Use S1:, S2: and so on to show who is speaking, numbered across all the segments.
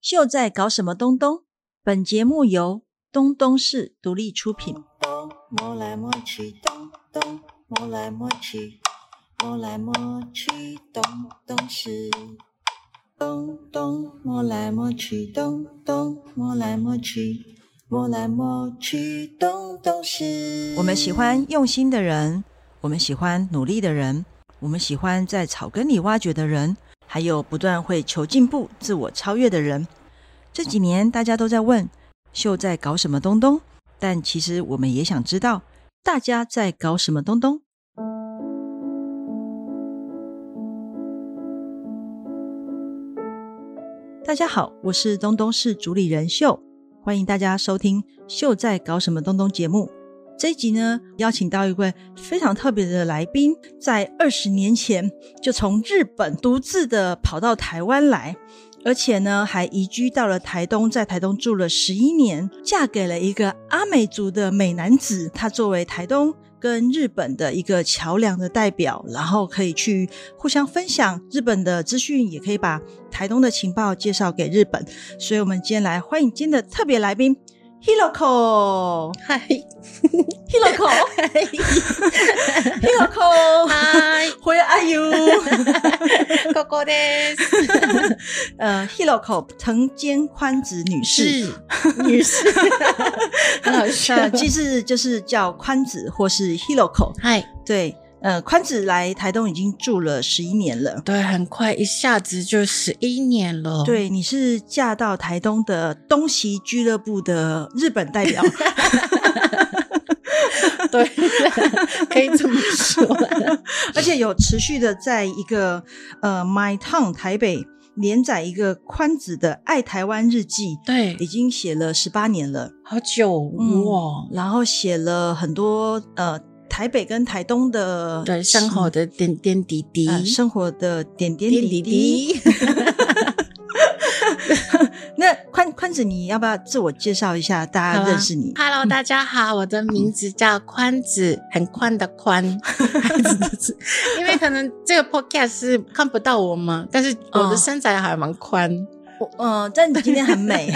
S1: 秀在搞什么东东？本节目由东东市独立出品。
S2: 东摸来摸去，东东摸来摸去，摸来摸去，东东是东东摸来摸去，东东摸来摸去，摸来摸去，东东是。
S1: 我们喜欢用心的人，我们喜欢努力的人，我们喜欢在草根里挖掘的人，还有不断会求进步、自我超越的人。这几年大家都在问秀在搞什么东东，但其实我们也想知道大家在搞什么东东。大家好，我是东东市主理人秀，欢迎大家收听《秀在搞什么东东》节目。这一集呢，邀请到一位非常特别的来宾，在二十年前就从日本独自的跑到台湾来，而且呢还移居到了台东，在台东住了十一年，嫁给了一个阿美族的美男子。他作为台东跟日本的一个桥梁的代表，然后可以去互相分享日本的资讯，也可以把台东的情报介绍给日本。所以，我们今天来欢迎今天的特别来宾 Hiroko。
S2: 嗨
S1: Hiroko。Hiroko，
S2: 嗨，
S1: Where are you？
S2: ここです。
S1: 呃，Hiroko 藤间宽子女士，
S2: 是 女士，很好笑。
S1: 呃，其实就是叫宽子或是 Hiroko。
S2: 嗨，
S1: 对，呃，宽子来台东已经住了十一年了。
S2: 对，很快一下子就十一年了。
S1: 对，你是嫁到台东的东席俱乐部的日本代表，
S2: 对，可以这么说。
S1: 而且有持续的在一个呃 My Town 台北连载一个宽子的《爱台湾日记》，
S2: 对
S1: 已，经写了十八年了。
S2: 好久哦
S1: 嗯
S2: 哇！
S1: 然后写了很多呃台北跟台东的
S2: 对，生活的点点滴滴，
S1: 呃生活的点点
S2: 点
S1: 滴
S2: 滴滴。
S1: 那宽宽子，你要不要自我介绍一下，大
S2: 好
S1: 家
S2: 啊
S1: 认识你？
S2: Hello，大家好，我的名字叫宽子，很宽的宽。 因为可能这个 podcast 是看不到我嘛，但是我的
S1: 嗯
S2: 身材还蛮宽，
S1: 我
S2: 啊
S1: 呃，但你今天很 美，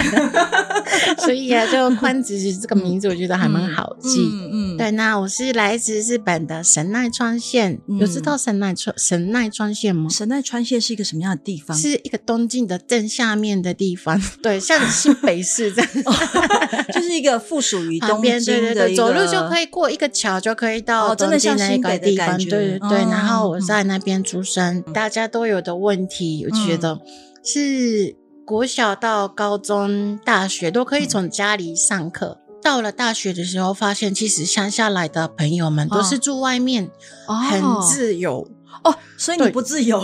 S2: 所以啊，就宽子这个名字我觉得还蛮好记。
S1: 嗯嗯，
S2: 对，那我是来自日本的神奈川县，
S1: 嗯
S2: 有知道神奈川神奈川县吗？
S1: 神奈川县是一个什么样的地方？
S2: 是一个东京的正下面的地方， 对，像新北市 这样，
S1: 哦就是一个附属于
S2: 旁
S1: 东
S2: 边对
S1: 京
S2: 对
S1: 的
S2: 对，
S1: 一
S2: 走
S1: 个，
S2: 路就可以过一个桥就可以到
S1: 哦真的
S2: 东京
S1: 像
S2: 那
S1: 新北
S2: 个
S1: 的
S2: 地
S1: 感
S2: 方，
S1: 觉
S2: 对对对。
S1: 哦
S2: 然后我
S1: 嗯
S2: 在那边出生，大家都有的问题，我觉
S1: 嗯
S2: 得是国小到高中、大学都可以从家里上课。到了大学的时候，发现其实乡下来的朋友们都是
S1: 哦
S2: 住外面，
S1: 哦
S2: 很自由。
S1: 哦，所以你
S2: 对
S1: 不自由，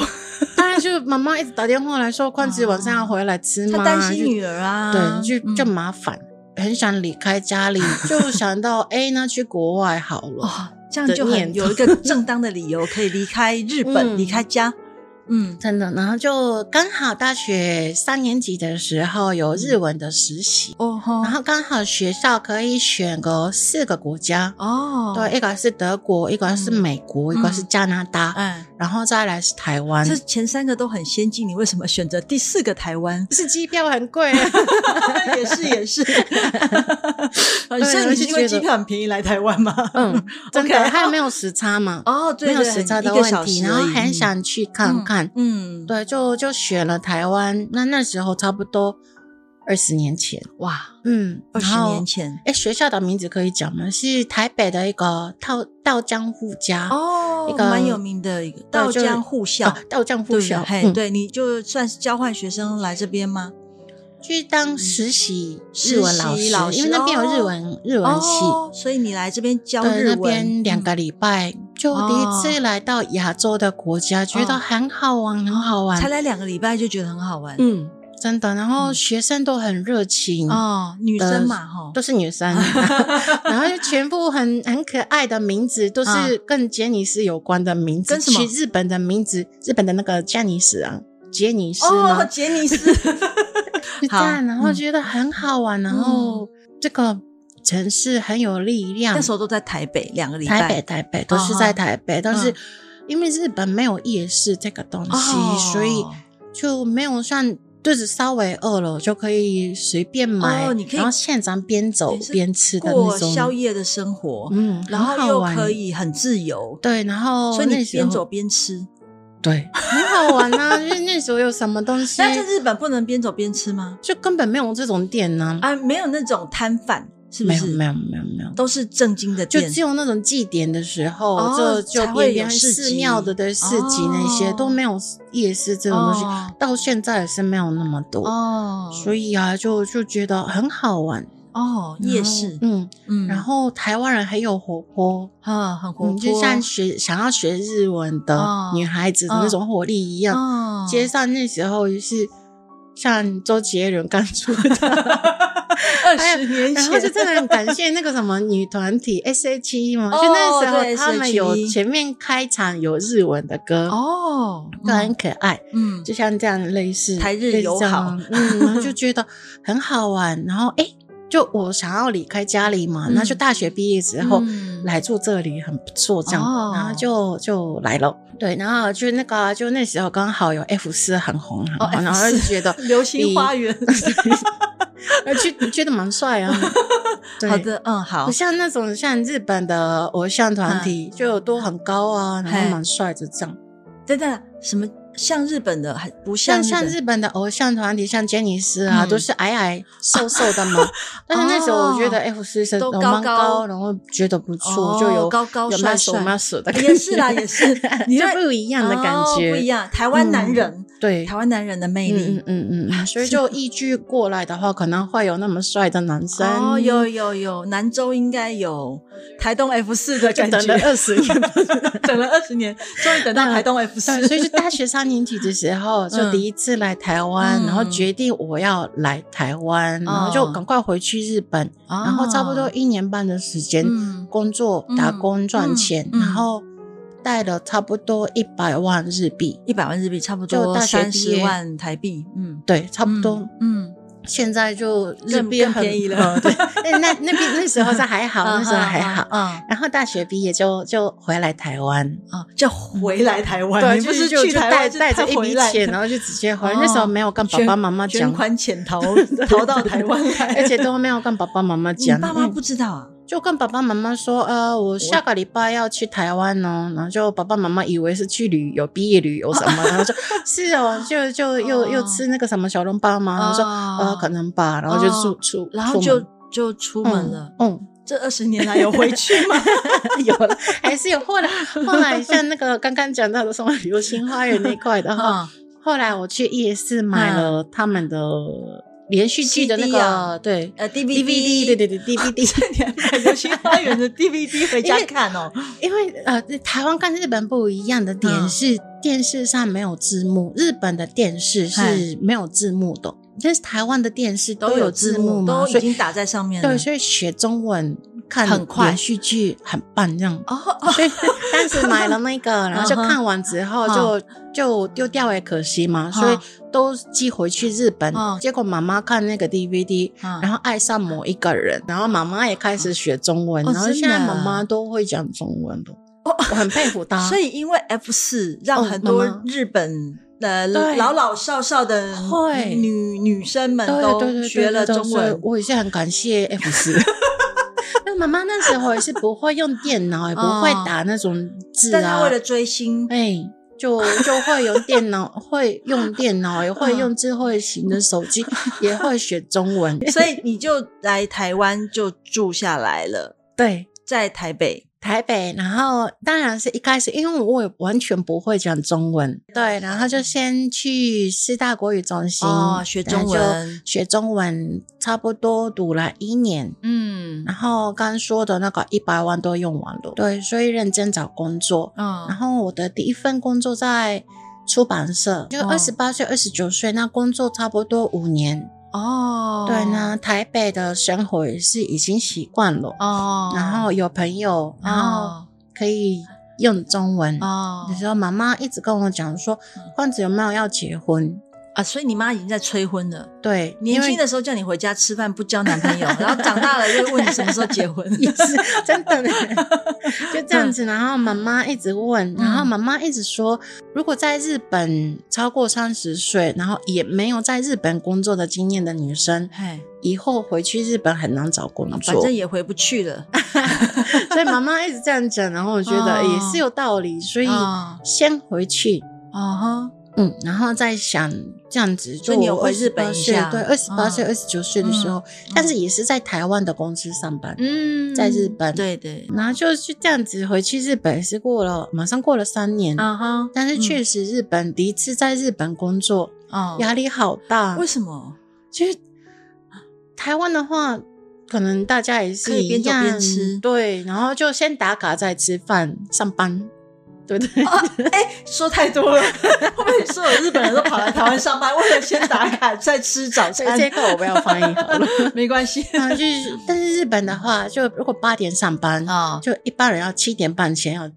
S2: 当然，就是妈妈一直打电话来 说，宽子晚上要回来吃吗？
S1: 他担心
S2: 就
S1: 女儿啊，
S2: 对，就就
S1: 嗯
S2: 麻烦，很想离开家里，就想到哎，那去国外好了。
S1: 哇，这样
S2: 的
S1: 就很
S2: 念头
S1: 有一个正当的理由可以离开日本，
S2: 嗯
S1: 离开家， 嗯
S2: 真的，然后就刚好大学三年级的时候
S1: 嗯
S2: 有日文的实习，
S1: 哦吼
S2: 然后刚好学校可以选个四个国家，
S1: 哦，
S2: 对，一个是德国，一个是
S1: 嗯
S2: 美国，一个
S1: 嗯
S2: 是加拿大，
S1: 哎，
S2: 然后再来是台湾。？
S1: 这前三个都很先进，你为什么选择第四个台湾
S2: 是机票很贵，
S1: 也是也 是，好
S2: 对
S1: 像
S2: 我
S1: 你
S2: 就是
S1: 因为
S2: 觉
S1: 机
S2: 得
S1: 票很便宜来台湾吗？
S2: 啊 嗯，真
S1: OK，
S2: 的，还有没有时差嘛？
S1: 哦，
S2: 没
S1: 对
S2: 有
S1: 对，
S2: 时差
S1: 一
S2: 的
S1: 个
S2: 问
S1: 小
S2: 题，
S1: 时
S2: 然后
S1: 而已
S2: 很想去看看，
S1: 嗯，嗯
S2: 对，就就选了台湾。那那时候差不多二十年前，
S1: 哇，
S2: 嗯，
S1: 二十
S2: 然后
S1: 年。前
S2: 哎，学校的名字可以讲吗？是台北的一个道道江护家，
S1: 哦
S2: 一，个
S1: 蛮有名的一个
S2: 对
S1: 道
S2: 就是
S1: 江护校
S2: 啊，，道江护
S1: 对
S2: 校，
S1: 嘿，
S2: 嗯，
S1: 对，你就算是交换学生来这边吗？
S2: 去当实习
S1: 嗯实
S2: 日文老
S1: 习
S2: 师，
S1: 老
S2: 因为
S1: 师
S2: 那边有日
S1: 哦
S2: 文日文系，
S1: 哦，所以你来这边教
S2: 对，
S1: 日文，嗯
S2: 那
S1: 哦
S2: 边两个礼拜，就第一次来到亚洲的国家，觉得很好玩，很好
S1: 哦才
S2: 玩，
S1: 来两个礼拜就觉得很好玩
S2: 嗯，真的。然
S1: 嗯
S2: 后学生都很热情，
S1: 哦，女生嘛哈，
S2: 呃都是 女生，然后就全部很很可爱的名字，都是跟杰尼斯有关的名
S1: 嗯
S2: 字。
S1: 跟什么
S2: 取日本的名字，日本的那个杰尼斯啊，杰尼斯
S1: 哦，
S2: 吗？
S1: 杰尼斯，
S2: 就这样，
S1: 好
S2: 然后
S1: 嗯
S2: 觉得很好玩，然后这个城市很有力量
S1: 那。时候都在台北两个礼
S2: 台
S1: 拜，
S2: 北，台北都是在台北，但是
S1: 嗯哦
S2: 哦因为日本没有夜市这个东西，所以就没有像肚子稍微饿了就可以随便买，
S1: 哦你可以
S2: 然后现场边走
S1: 也是
S2: 边吃的
S1: 哦过
S2: 那种
S1: 宵，夜的生活，
S2: 嗯，
S1: 然
S2: 很
S1: 后
S2: 好
S1: 又
S2: 玩
S1: 可以很自由，
S2: 对，然后
S1: 所以你
S2: 那时
S1: 边
S2: 候
S1: 走边吃。
S2: 对，很好玩啊，因为那时候有什么东西，
S1: 那在日本不能边走边吃吗？
S2: 就根本没有这种店呢、
S1: 啊，没有那种摊贩，是不
S2: 没有
S1: 是？
S2: 没有没有没有，
S1: 都是正经的
S2: 就
S1: 店
S2: 只。有那种祭典的时候，
S1: 哦
S2: 就就
S1: 才会
S2: 边
S1: 有
S2: 边
S1: 市
S2: 寺
S1: 集
S2: 庙的的市集那些、
S1: 哦
S2: 都没有夜市这种东西，
S1: 哦
S2: 到现在也是没有那么多，
S1: 哦
S2: 所以啊，就就觉得很好玩。
S1: 哦，
S2: 然后
S1: 夜市，
S2: 嗯，
S1: 嗯
S2: 然后台湾人很有活泼，
S1: 啊，很活
S2: 嗯，
S1: 泼，
S2: 就像学想要学日文的
S1: 哦
S2: 女孩子的那种活力一样。
S1: 哦
S2: 街上那时候就是像周杰伦刚出 道。
S1: 二十年
S2: 然后
S1: 前
S2: 就真的很感谢那个什么女团 体 S H E 嘛，就那时
S1: 哦
S2: 候
S1: 对
S2: 他们有
S1: SHE
S2: 前面开场有日文的歌，
S1: 哦，
S2: 就很可爱，
S1: 嗯，
S2: 就像这样类似
S1: 台日
S2: 类似
S1: 友
S2: 这样
S1: 好
S2: 吗嗯，然后就觉得很好玩。然后哎，诶就我想要离开家里嘛，
S1: 嗯
S2: 那就大学毕业之后。
S1: 嗯
S2: 来住这里很不错，这样，
S1: 哦
S2: 然后就就来了，对，然后就那个啊、就那时候刚好有 F 四很红，很
S1: 哦
S2: 红 然后就
S1: F4
S2: 觉得
S1: 流星花 园，
S2: 呃，就觉得蛮帅 啊，对
S1: 好的，嗯，好
S2: 不，像那种像日本的偶像团体，
S1: 嗯
S2: 就有都很高啊，然后蛮帅的这样。
S1: 等等，什么像日本的，还不
S2: 像
S1: 像
S2: 像
S1: 日
S2: 日本的偶像团体，像杰尼斯啊，
S1: 嗯
S2: 都是矮矮瘦瘦的 嘛。但是那时候我觉得 F 四是
S1: 哦都
S2: 蛮
S1: 高高
S2: 高，然后觉得不
S1: 哦
S2: 错，就有
S1: 高高
S2: 有
S1: 帅
S2: muscle
S1: 帅
S2: muscle 的感觉，
S1: 也是啦，也 是你
S2: 就
S1: 会
S2: 不一样的感
S1: 哦
S2: 觉，嗯
S1: 不一。样。台湾男人，
S2: 对，
S1: 台湾男人的魅
S2: 嗯
S1: 力，哦
S2: 嗯嗯 嗯，所以就依据过来的话，可能会有那么帅的男生。
S1: 哦，有有有，南州应该有台东 F 四的
S2: 就
S1: 感觉，
S2: 等了二十年，
S1: 等了二十年，终于等到台东 F
S2: 对，
S1: 四，
S2: 所以是大学三年级的时候，就第一次来台湾，
S1: 嗯
S2: 然后决定我要来台湾，然后就赶快回去日本，
S1: 哦
S2: 然后差不多一年半的时间，
S1: 嗯
S2: 工作、
S1: 嗯
S2: 打工赚钱，
S1: 嗯嗯
S2: 然后带了差不多一百万日币，
S1: 一百万日币，差不
S2: 就
S1: 多
S2: 大学
S1: 三
S2: 毕业
S1: 十万台币，嗯，
S2: 对，差不多。
S1: 嗯，
S2: 现在就日
S1: 更
S2: 币
S1: 更
S2: 很哦嗯
S1: 便宜了
S2: 对， 那那那边那时候是还 好，
S1: 嗯
S2: 那时候还好。
S1: 嗯
S2: 然后大学毕业就就回来台湾，
S1: 嗯，就回来台湾，
S2: 对，
S1: 你不
S2: 就是就
S1: 去
S2: 就
S1: 台
S2: 带
S1: 湾
S2: 带着一笔 钱，然
S1: 后
S2: 后就直接回来。
S1: 哦
S2: 那时候没有跟爸爸妈妈
S1: 捐
S2: 讲，
S1: 款潜逃逃到台湾来，
S2: 而且都没有跟爸爸妈妈
S1: 你
S2: 讲。
S1: 爸妈
S2: 嗯
S1: 不知道啊，
S2: 就跟爸爸妈妈说，呃，我下个礼拜要去台湾哦。然后就爸爸妈妈以为是去旅游、毕业旅游什么，然后就是哦，就就又
S1: 哦
S2: 又吃那个什么小笼包嘛。然后说
S1: 哦
S2: 呃，可能吧，然后就
S1: 哦
S2: 出出，
S1: 然后
S2: 出
S1: 就
S2: 门
S1: 就出门了。
S2: 嗯。嗯
S1: 这二十年来有回去 吗？
S2: 有了，还是有。后来，后来像那个刚刚讲到的什么流星花园那一块的话，
S1: 啊，
S2: 后来我去夜市买了他们的连续剧的那
S1: CD
S2: 个、
S1: 嗯啊
S2: 对
S1: 呃
S2: DVD，
S1: ，DVD，
S2: 对对对
S1: 啊
S2: DVD，
S1: 你还买流星花园的 DVD 回家看哦。
S2: 因为呃台湾跟日本不一样的点
S1: 嗯
S2: 是、电视上没有字幕，日本的电视是
S1: 嗨
S2: 没有字幕的，但是台湾的电视
S1: 都
S2: 有
S1: 有
S2: 字
S1: 字
S2: 幕
S1: 幕，
S2: 嘛，
S1: 都
S2: 所
S1: 已
S2: 以
S1: 经打在上面了。
S2: 对，所以学中文看
S1: 很快
S2: 连续剧很棒这样。
S1: 哦 哦，
S2: 所以当时买了 那个，然后就
S1: 嗯哼
S2: 看完之后就、就丢掉也可惜嘛，所以都寄回去日本。
S1: 嗯
S2: 结果妈妈看那个 DVD，、
S1: 嗯
S2: 然后爱上某一个人，然后妈妈也开始学中文，
S1: 哦
S2: 然后现在
S1: 真的
S2: 妈
S1: 啊哦
S2: 妈都会讲中文了，我很佩服她。
S1: 所以因为 F 四让
S2: 啊哦
S1: 很多
S2: 妈妈
S1: 日本的
S2: 对
S1: 老老少少的
S2: 会
S1: 女女生们
S2: 对对对
S1: 都
S2: 对，
S1: 学了
S2: 对对
S1: 中
S2: 所以
S1: 文。
S2: 我也是很感谢 F 四。那妈妈那时候也是不会用电脑，也不会
S1: 哦
S2: 打那种字啊。
S1: 但她为了追 星，
S2: 哎，就就会有电脑，会用电脑，也会
S1: 嗯
S2: 用智慧型的手机，也会学中文。
S1: 所以你就来台湾就住下来了，
S2: 对
S1: 在台北。
S2: 台北，然后当然是一开始，因为我也完全不会讲中文，对，然后就先去师大国语中心
S1: 哦学中文，
S2: 然后就学中文差不多读了一年。
S1: 嗯
S2: 然后刚说的那个一百万都用完了，对，所以认真找工作，然
S1: 嗯
S2: 后我的第一份工作在出版社，就
S1: 哦
S2: 二十八岁、二十九岁，那工作差不多五年。
S1: 哦，
S2: 对呢，台北的生活也是已经习惯了，
S1: 哦，
S2: 然后有朋友，然后
S1: 哦
S2: 可以用中文。
S1: 哦嗯
S2: 有时候妈妈一直跟我讲说，罐子有没有要结婚？
S1: 啊，所以你妈已经在催婚了。
S2: 对，
S1: 年轻
S2: 因为
S1: 的时候叫你回家吃饭，不交男朋 友，然后长大了又问你什么时候结婚。
S2: 也是真的呢，就这样
S1: 嗯
S2: 子。然后妈妈一直问，然后妈妈一直说，如果在日本超过三十岁，然后也没有在日本工作的经验的女生，
S1: 哎，
S2: 以后回去日本很难找工
S1: 啊反
S2: 作
S1: 正。也回不去了。
S2: 所以妈妈一直这样讲，然后我觉得
S1: 哦
S2: 也是有道理，所以
S1: 哦
S2: 先回去。
S1: 哦哈，
S2: 嗯，然后再想这样子，
S1: 所
S2: 就
S1: 以你有
S2: 我
S1: 回日本
S2: 28
S1: 一
S2: 岁
S1: 下
S2: 对，二十八岁、
S1: 嗯
S2: 二十九岁的时候，但是也是在台湾的公司上班，
S1: 嗯
S2: 在日本
S1: 对对，
S2: 然后就就这样子回去日本，是过了马上过了三年，
S1: 啊哈，
S2: 但是确实日本、第一次在日本工作
S1: 哦，
S2: 压力好大，
S1: 为什么？
S2: 就是台湾的话，可能大家也
S1: 可
S2: 是
S1: 以
S2: 一
S1: 边走边
S2: 样
S1: 吃
S2: 对，然后就先打卡再吃饭上班，对不对？哎
S1: 说太多 了，会不会所有日本人都跑来台湾上班，为了先打卡再吃早
S2: 这
S1: 餐？
S2: 这个我不要翻译好了。
S1: 没关系
S2: 然后就是，但是日本的话，就如果八点上班，
S1: 啊。
S2: 就一般人要七点半前要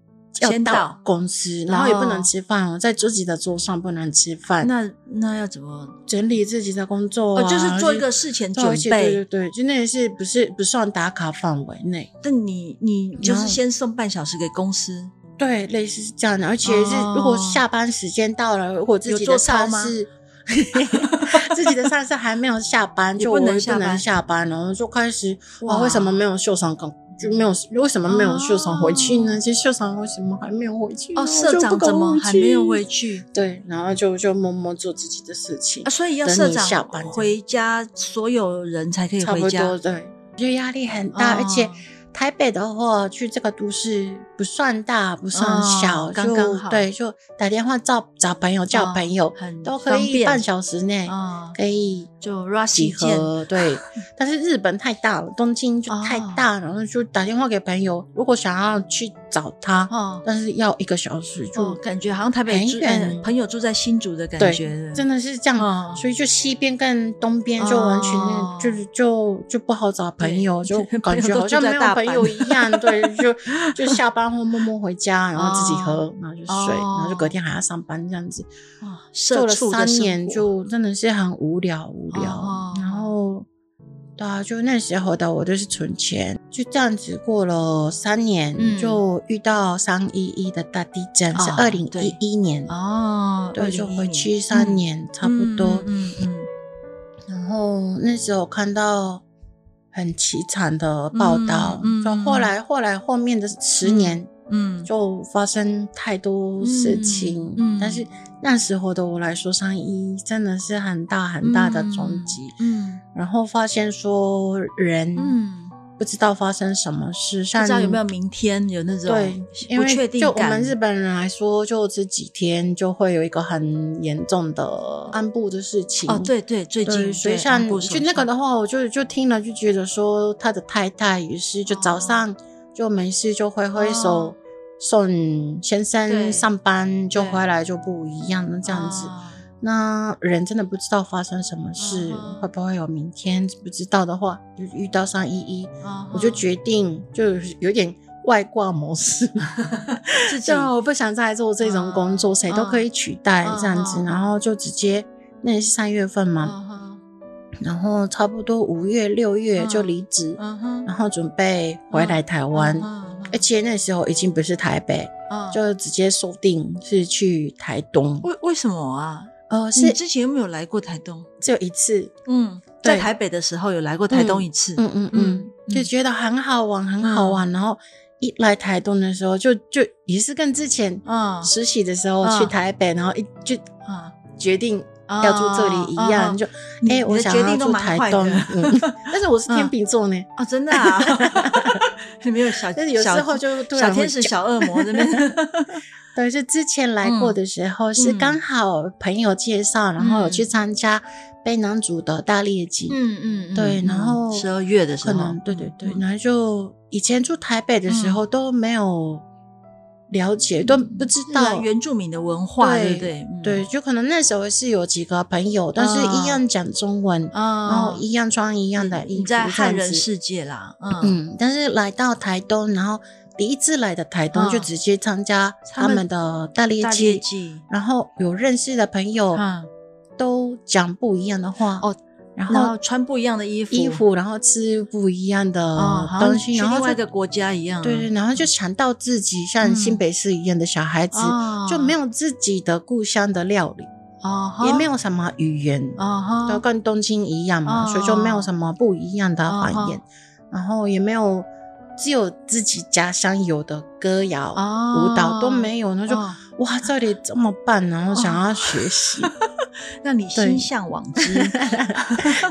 S1: 先
S2: 要
S1: 到
S2: 到公司，然后也不
S1: 哦
S2: 能吃饭哦，在自己的桌上不能吃饭，
S1: 那那要怎么？
S2: 整理自己的工作
S1: 哦，
S2: 啊、
S1: 就是做一个事前
S2: 然后
S1: 准
S2: 就做一些对对
S1: 备。
S2: 对，就那也是不是不算打卡范围内，
S1: 但你你就是
S2: 嗯
S1: 先送半小时给公司，
S2: 对，类似是这样的。而且是
S1: 哦
S2: 如果下班时间到了，如果自己
S1: 有做
S2: 的
S1: 操
S2: 上
S1: 吗
S2: 司。 自己的上司还没有下班，
S1: 也
S2: 就
S1: 不
S2: 我
S1: 能
S2: 也
S1: 下
S2: 不能
S1: 班
S2: 下班，然后就开始
S1: 哇
S2: 哇，为什么没有秀场刚就没有为什么没有秀场回去
S1: 哦
S2: 呢？这秀场为什么还没有回去呢？
S1: 哦，
S2: 我
S1: 社
S2: 就不
S1: 长
S2: 敢
S1: 怎么还没有回
S2: 去？
S1: 去？
S2: 对，然后就就默默做自己的事情
S1: 啊，，所以要
S2: 等
S1: 社
S2: 你下
S1: 长
S2: 班这样
S1: 回家，所有人才可以
S2: 差
S1: 回
S2: 不
S1: 家。
S2: 多对，就压力很大，而且
S1: 哦
S2: 台北的话，去这个都市不算大，不算
S1: 哦
S2: 小，
S1: 刚
S2: 就
S1: 刚好
S2: 对，就打电话找找朋友，叫
S1: 哦
S2: 朋友、
S1: 很
S2: 都可以，半小时内、
S1: 啊，
S2: 可以
S1: 就 rush
S2: 集
S1: 见
S2: 合。对，但是日本太大了，东京就太
S1: 哦
S2: 大了，然后就打电话给朋友，如果想要去找他，
S1: 哦
S2: 但是要一个小时就，
S1: 哦，感觉好像台北
S2: 很
S1: 住
S2: 远
S1: 哎朋友住在新竹的感
S2: 对
S1: 觉，
S2: 真的是这样。
S1: 哦
S2: 所以就西边跟东边就完全
S1: 哦
S2: 就是就就不好找 朋友，
S1: 对
S2: 就
S1: 朋
S2: 感
S1: 友
S2: 觉
S1: 都
S2: 好像
S1: 住在
S2: 没有
S1: 大
S2: 朋
S1: 阪
S2: 友一样。对， 就就下班后默默回家，然后自己喝，然后就睡，
S1: 哦
S2: 然后就隔天还要上班这样子。
S1: 哇，
S2: 做
S1: 啊社
S2: 了
S1: 畜
S2: 三
S1: 的生
S2: 年，
S1: 活
S2: 就真的是很无聊无
S1: 哦
S2: 聊。然后，对啊，就那时候的我就是存钱，就这样子过了三
S1: 嗯
S2: 年，就遇到三一一的大地震，是
S1: 哦
S2: 二零一一年。
S1: 哦，
S2: 对，就回去
S1: 2011
S2: 三
S1: 年，
S2: 年，差
S1: 嗯
S2: 不多。
S1: 嗯嗯嗯
S2: 然后那时候看到很凄惨的报道，
S1: 嗯嗯
S2: 就后来后来后面的十年
S1: 嗯，
S2: 就发生太多事情，
S1: 嗯嗯
S2: 但是那时候的我来说，上一真的是很大很大的冲击。
S1: 嗯
S2: 然后发现说人
S1: 嗯，
S2: 不知道发生什么事，
S1: 不
S2: 像
S1: 知道有没有明天有那种
S2: 对，因
S1: 不
S2: 为
S1: 确定
S2: 就我
S1: 感
S2: 们日本人来说，就这几天就会有一个很严重的安部的事情
S1: 哦，对对，最近
S2: 对，所
S1: 对
S2: 以像
S1: 安部首
S2: 就那个
S1: 相
S2: 的话，我就就听了就觉得说他的太太也是，就
S1: 哦
S2: 早上就没事就挥挥
S1: 哦
S2: 手送先
S1: 对
S2: 生上班，就
S1: 对
S2: 回来就不一样了这样子。
S1: 哦
S2: 那人真的不知道发生什么事
S1: 嗯哼，
S2: 会不会有明天？不知道的话，就遇到上一一，
S1: 哦
S2: 我就
S1: 哦
S2: 决定就有点外挂 模式。
S1: 自己
S2: 对啊，我不想再做这种工作，
S1: 嗯
S2: 谁都可以取代
S1: 嗯
S2: 这样子，
S1: 嗯
S2: 然后就直接那也是三月份嘛，
S1: 嗯哼
S2: 然后差不多五月、六月
S1: 嗯
S2: 就离职，
S1: 嗯哼
S2: 然后准备回来台湾。
S1: 嗯
S2: 而且那时候已经不是台北，
S1: 嗯
S2: 哎就直接锁定是去台东。
S1: 为为什么啊？
S2: 呃，
S1: 你
S2: 是
S1: 之前有没有来过台东？
S2: 只有一次，
S1: 嗯，
S2: 对
S1: 在台北的时候有来过台东一次。
S2: 嗯嗯
S1: 嗯
S2: 嗯，
S1: 嗯
S2: 就觉得很好玩，很好玩。然后一来台东的时候，就就也是跟之前
S1: 嗯
S2: 实习的时候
S1: 嗯
S2: 去台北，然后一就
S1: 嗯，
S2: 决定
S1: 哦
S2: 要住这里一
S1: 哦哦
S2: 样，就
S1: 你
S2: 哎，
S1: 你
S2: 我
S1: 的
S2: 想
S1: 决
S2: 要
S1: 定都
S2: 住
S1: 蛮
S2: 台
S1: 快
S2: 东
S1: 的。
S2: 嗯， 但是我是天
S1: 嗯
S2: 秤座呢，
S1: 哦，真的 啊，你没有小，
S2: 但是有时
S1: 小
S2: 候就突然
S1: 小
S2: 会
S1: 天使、
S2: 讲
S1: 小恶魔这 边，嗯
S2: 对，是之前来过的时候，是刚好朋友介绍，然后有去参加卑南族的大猎祭，
S1: 嗯嗯嗯
S2: 对然后
S1: 十二月的时
S2: 可
S1: 候
S2: 能，对对对，
S1: 嗯
S2: 然后就以前住台北的时候都没有了解，都
S1: 嗯
S2: 不知道
S1: 是。原住民的文化，对
S2: 对
S1: 不对？嗯
S2: 对，，就可能那时候是有几个朋友，但是一样讲中文，然
S1: 啊
S2: 后，一样穿一样的
S1: 嗯你
S2: 衣服，
S1: 在
S2: 这样
S1: 汉人
S2: 子
S1: 世界啦，嗯，
S2: 嗯，但是来到台东，然后第一次来的台东
S1: 嗯
S2: 就直接参加
S1: 他们
S2: 他们的大猎
S1: 大
S2: 祭
S1: 业，祭，
S2: 然后有认识的朋友，
S1: 嗯，
S2: 都讲不一样的话
S1: 哦，然
S2: 然
S1: 后
S2: 后
S1: 穿不一样的衣服，
S2: 衣服，然后吃不一样
S1: 哦
S2: 的，
S1: 好像
S2: 东西，
S1: 去
S2: 然后
S1: 另外一个
S2: 就
S1: 国家一样啊，
S2: 对对，然后就强到自己像
S1: 嗯
S2: 新北市一样的小孩子，
S1: 哦，
S2: 就没有自己的故乡的料理，
S1: 哦，
S2: 也没有什么语言，
S1: 哦哈，
S2: 都跟东京一样嘛，
S1: 哦
S2: 所以就没有什么不一样的方言，然后也没有只有自己家乡有的歌谣、
S1: 哦
S2: 舞蹈都没有，然后就、
S1: 哦
S2: 哇这里这么棒，然后想要学习，
S1: 让你
S2: 对
S1: 心向往 之。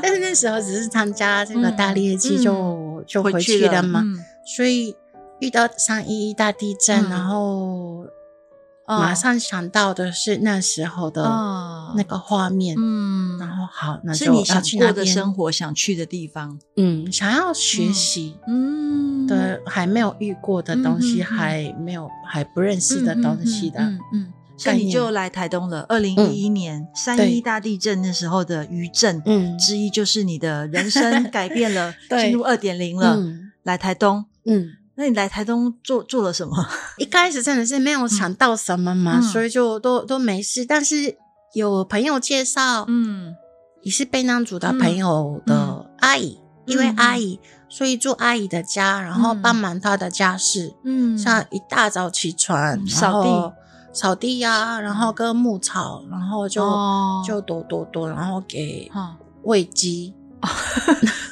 S2: 但是那时候只是参加这个大猎季
S1: 嗯
S2: 就、就回去了嘛，
S1: 嗯
S2: 所以遇到三一一大地震，
S1: 嗯
S2: 然后
S1: 哦
S2: 马上想到的是那时候的
S1: 哦
S2: 那个画面，
S1: 嗯，
S2: 然后好，那
S1: 是
S2: 就
S1: 你
S2: 要
S1: 想
S2: 去
S1: 过
S2: 那
S1: 的
S2: 边，
S1: 生活，想去的地方。
S2: 嗯，想要学习
S1: 嗯，
S2: 的、还没有遇过的东西，
S1: 嗯嗯嗯
S2: 还没有还不认识的
S1: 嗯
S2: 东西的，
S1: 嗯嗯嗯所以
S2: 概
S1: 你
S2: 念嗯
S1: 就来台东了。二零一一年三一
S2: 对
S1: 大地震那时候的余震
S2: 嗯
S1: 之一，就是你的人 生改变了，
S2: 对
S1: 进入二点零了。
S2: 嗯
S1: 来台东，
S2: 嗯，
S1: 那你来台东做做了什么？
S2: 一开始真的是没有想到什么嘛，
S1: 嗯
S2: 所以就都都没事，但是有朋友介绍，
S1: 嗯，
S2: 也是被当主的朋友的阿姨，
S1: 嗯
S2: 因为阿姨，所以住阿姨的家，然后帮忙她的家事，
S1: 嗯
S2: 像一大早起床
S1: 嗯
S2: 然后扫地呀、然后割牧草，然后就、
S1: 哦
S2: 就躲躲躲，然后给
S1: 哈，
S2: 喂鸡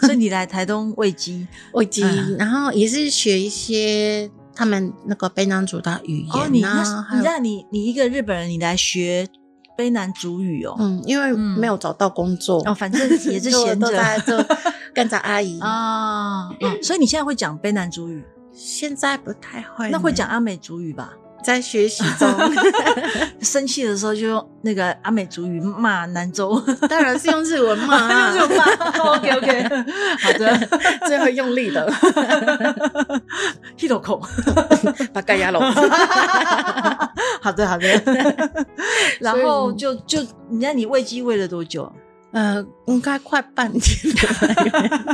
S1: 所以你来台东喂鸡。
S2: 喂鸡，
S1: 嗯
S2: 然后也是学一些他们那个被当主的语言
S1: 哦，你
S2: 啊，
S1: 那
S2: 还
S1: 你
S2: 有
S1: 那你你一个日本人，你来学卑南族语哦。
S2: 嗯，因为
S1: 嗯
S2: 没有找到工作，
S1: 哦，反正 也 是
S2: 就
S1: 闲
S2: 都
S1: 着
S2: 在就跟着 阿姨。
S1: 啊、嗯所以你现在会讲卑南族语，
S2: 现在不太会，
S1: 那会讲阿美族语吧？
S2: 在学习中，
S1: 生气的时候就用那个阿美族语骂南州，
S2: 当然 是用日文嘛、
S1: 就 骂。OK 哦 OK，好的，
S2: 最后用力的
S1: 一头 口。
S2: 把盖压拢。
S1: 好的 好的，然后
S2: 所以
S1: 就就你那你喂鸡喂了多久？
S2: 呃，应该快半年了，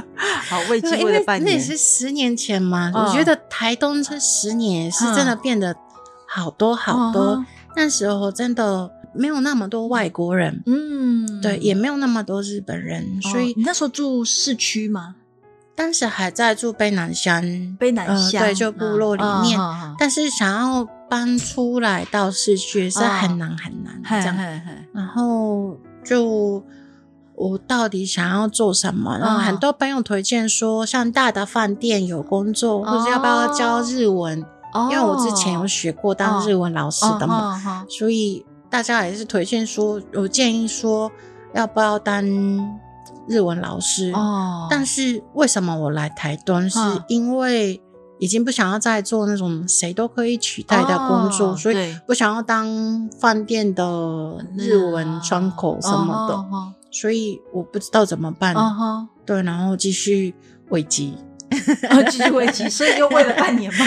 S1: 好，喂鸡
S2: 因
S1: 喂了
S2: 为
S1: 半
S2: 那也
S1: 年。
S2: 是十年前嘛。
S1: 嗯
S2: 我觉得台东这十年也是真的变得好多好多。
S1: 嗯
S2: 那时候真的没有那么多外国人，
S1: 嗯，
S2: 对，也没有那么多日本人，
S1: 哦
S2: 所以
S1: 你那时候住市区吗？
S2: 当时还在住卑南乡，
S1: 卑南乡、
S2: 呃对，就部落里
S1: 嗯
S2: 面。
S1: 嗯嗯嗯
S2: 但是想要搬出来到市区是很难很难
S1: 嘿
S2: 这样。
S1: 嘿嘿
S2: 然后就我到底想要做什么？然后
S1: 嗯
S2: 很多朋友推荐说，像大的饭店有工作，或者要不要教日文？
S1: 哦嗯
S2: 因为我之前有学过当日文老师的嘛，
S1: 哦哦哦
S2: 所以大家也是推荐说，我建议说要不要当日文老师？
S1: 哦，
S2: 但是为什么我来台东？是
S1: 嗯
S2: 因为已经不想要再做那种谁都可以取代的工作，
S1: 哦
S2: 所以
S1: 对嗯啊
S2: 不想要当饭店的日文窗口什么的，嗯
S1: 哦
S2: 所以我不知道怎么办。
S1: 哦哦
S2: 对，然后继续喂 鸡，
S1: 哦，继续喂鸡， 所以又喂了半年嘛。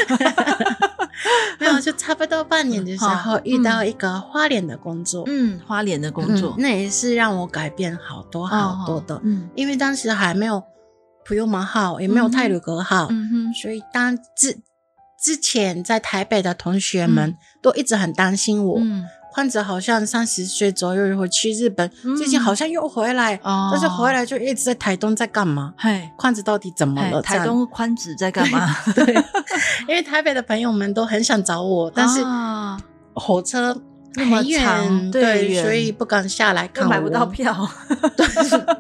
S2: 没有，就差不多半年 的时候
S1: 好
S2: 遇到一个花脸的工作，
S1: 嗯，花莲的工作
S2: 嗯，那也是让我改变好多好多的，
S1: 哦嗯
S2: 因为当时还没有普悠玛号，也没有
S1: 嗯哼
S2: 泰鲁格号，
S1: 嗯哼，
S2: 所以当之之前在台北的同学们、都一直很担心我，
S1: 嗯
S2: 患者好像三十岁左右会去日本，
S1: 嗯
S2: 最近好像又回来，
S1: 哦
S2: 但是回来就一直在台东在干嘛？
S1: 嘿，
S2: 患者到底怎么
S1: 嘿
S2: 了？这
S1: 哎台
S2: 样，
S1: 东宽子在干嘛？
S2: 因为台北的朋友们都很想找我，但是
S1: 啊
S2: 火车
S1: 那么
S2: 很
S1: 长
S2: 远，
S1: 对
S2: 对，
S1: 远
S2: 所以不敢下来
S1: 又
S2: 看我，
S1: 买不到票，嗯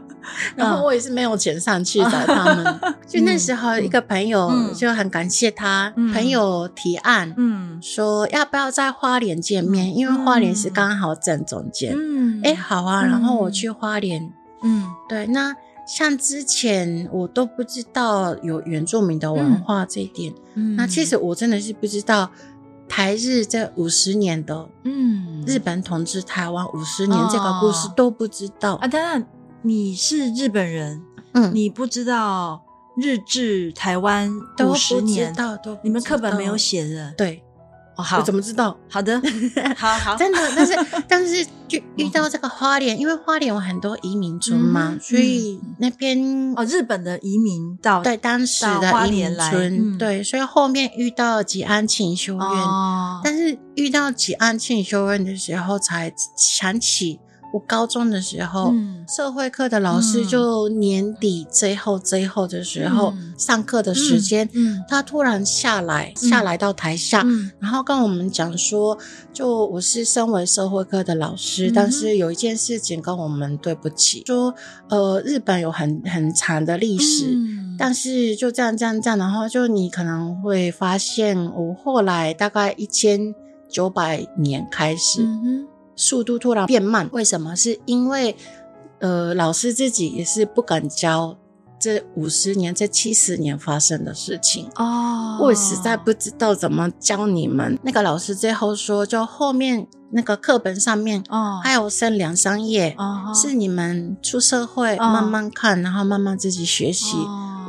S2: 然后我也是没有钱上去找他们。 就那时候，一个朋友
S1: 嗯
S2: 就很感谢他，
S1: 嗯
S2: 朋友提案，
S1: 嗯
S2: 说要不要在花莲见面，因为花莲是刚好正中间。
S1: 嗯
S2: 哎、好啊，
S1: 嗯
S2: 然后我去花莲。
S1: 嗯
S2: 对，那像之前我都不知道有原住民的文化这一点，
S1: 嗯
S2: 那其实我真的是不知道。台日这五十年的
S1: 嗯
S2: 日本统治台湾五十年这个故事
S1: 哦
S2: 都不知道，
S1: 啊，当然你是日本人，
S2: 嗯，
S1: 你不知道日治台湾
S2: 都
S1: 五
S2: 不
S1: 十
S2: 知
S1: 年，
S2: 道，都不
S1: 你们
S2: 知
S1: 课本没有
S2: 道，
S1: 写的。
S2: 对，
S1: 哦，
S2: 我
S1: 好，
S2: 怎么知道？
S1: 好 的，好好，
S2: 真的，但是但是就遇到这个花莲，因为花莲有很多移民村嘛，
S1: 嗯哼
S2: 所以那边、
S1: 哦，日本的移民到
S2: 对当时
S1: 哦到花
S2: 的移
S1: 莲
S2: 民
S1: 来
S2: 村，
S1: 嗯
S2: 对，所以后面遇到吉安庆修院，
S1: 哦，
S2: 但是遇到吉安庆修院的时候才想起我高中的时候，
S1: 嗯
S2: 社会课的老师
S1: 嗯
S2: 就年底最后最后的时候，
S1: 嗯
S2: 上课的时间，
S1: 嗯
S2: 他突然下来，下来到台下，
S1: 嗯
S2: 然后跟我们讲说，就我是身为社会科的老师，
S1: 嗯哼
S2: 但是有一件事情跟我们对不起，说呃，日本有很很长的历史。
S1: 嗯
S2: 但是就这样这样这样，然后就你可能会发现，我后来大概一千九百年开始，
S1: 嗯
S2: 速度突然变慢，为什么？是因为呃，老师自己也是不敢教这五十年、这七十年发生的事情。
S1: 哼哦，
S2: 我也实在不知道怎么教你们。那个老师最后说，就后面那个课本上面
S1: 哦，
S2: 还有剩两三页，
S1: 哦
S2: 是你们出社会
S1: 哦
S2: 慢慢看，然后慢慢自己学习。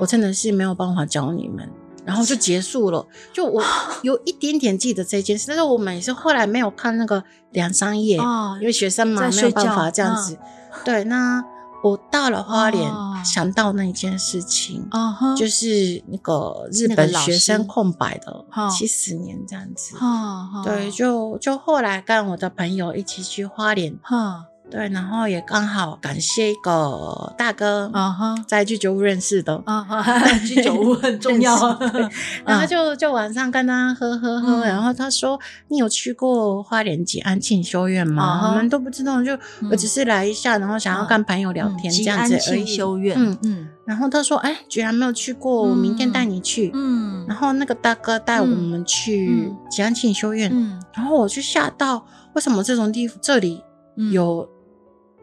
S2: 我真的是没有办法教你们。然后就结束了，就 我有一点点记得这件事，但是我们也是后来没有看那个两三页，
S1: 哦
S2: 因为学生嘛
S1: 在
S2: 没有
S1: 睡觉嗯
S2: 办法这样子。对，那我到了花莲，
S1: 哦
S2: 想到那件事情，
S1: 哦哼，
S2: 就是那个日
S1: 那
S2: 本
S1: 个老师
S2: 学生空白的
S1: 哦
S2: 七十年这样子。
S1: 哈哈
S2: 对，就就后来跟我的朋友一起去花莲，
S1: 哈
S2: 对，然后也刚好感谢一个大哥，
S1: 啊哈
S2: 在居酒屋认识的，
S1: 啊哈， 居酒屋很重要啊，
S2: 然后就就晚上跟他喝喝喝，
S1: 嗯
S2: 然后他说你有去过花莲吉安庆修院
S1: 啊哈
S2: 吗？我们都不知道，就
S1: 嗯
S2: 我只是来一下，然后想要跟朋友聊天这样子而
S1: 清
S2: 已。
S1: 修院，
S2: 嗯
S1: 嗯
S2: 然后他说，哎，居然没有去过，
S1: 嗯
S2: 我明天带你去。
S1: 嗯
S2: 然后那个大哥带我们去
S1: 嗯
S2: 吉安庆修院，
S1: 嗯
S2: 然后我就吓到，为什么这种地这里
S1: 嗯
S2: 有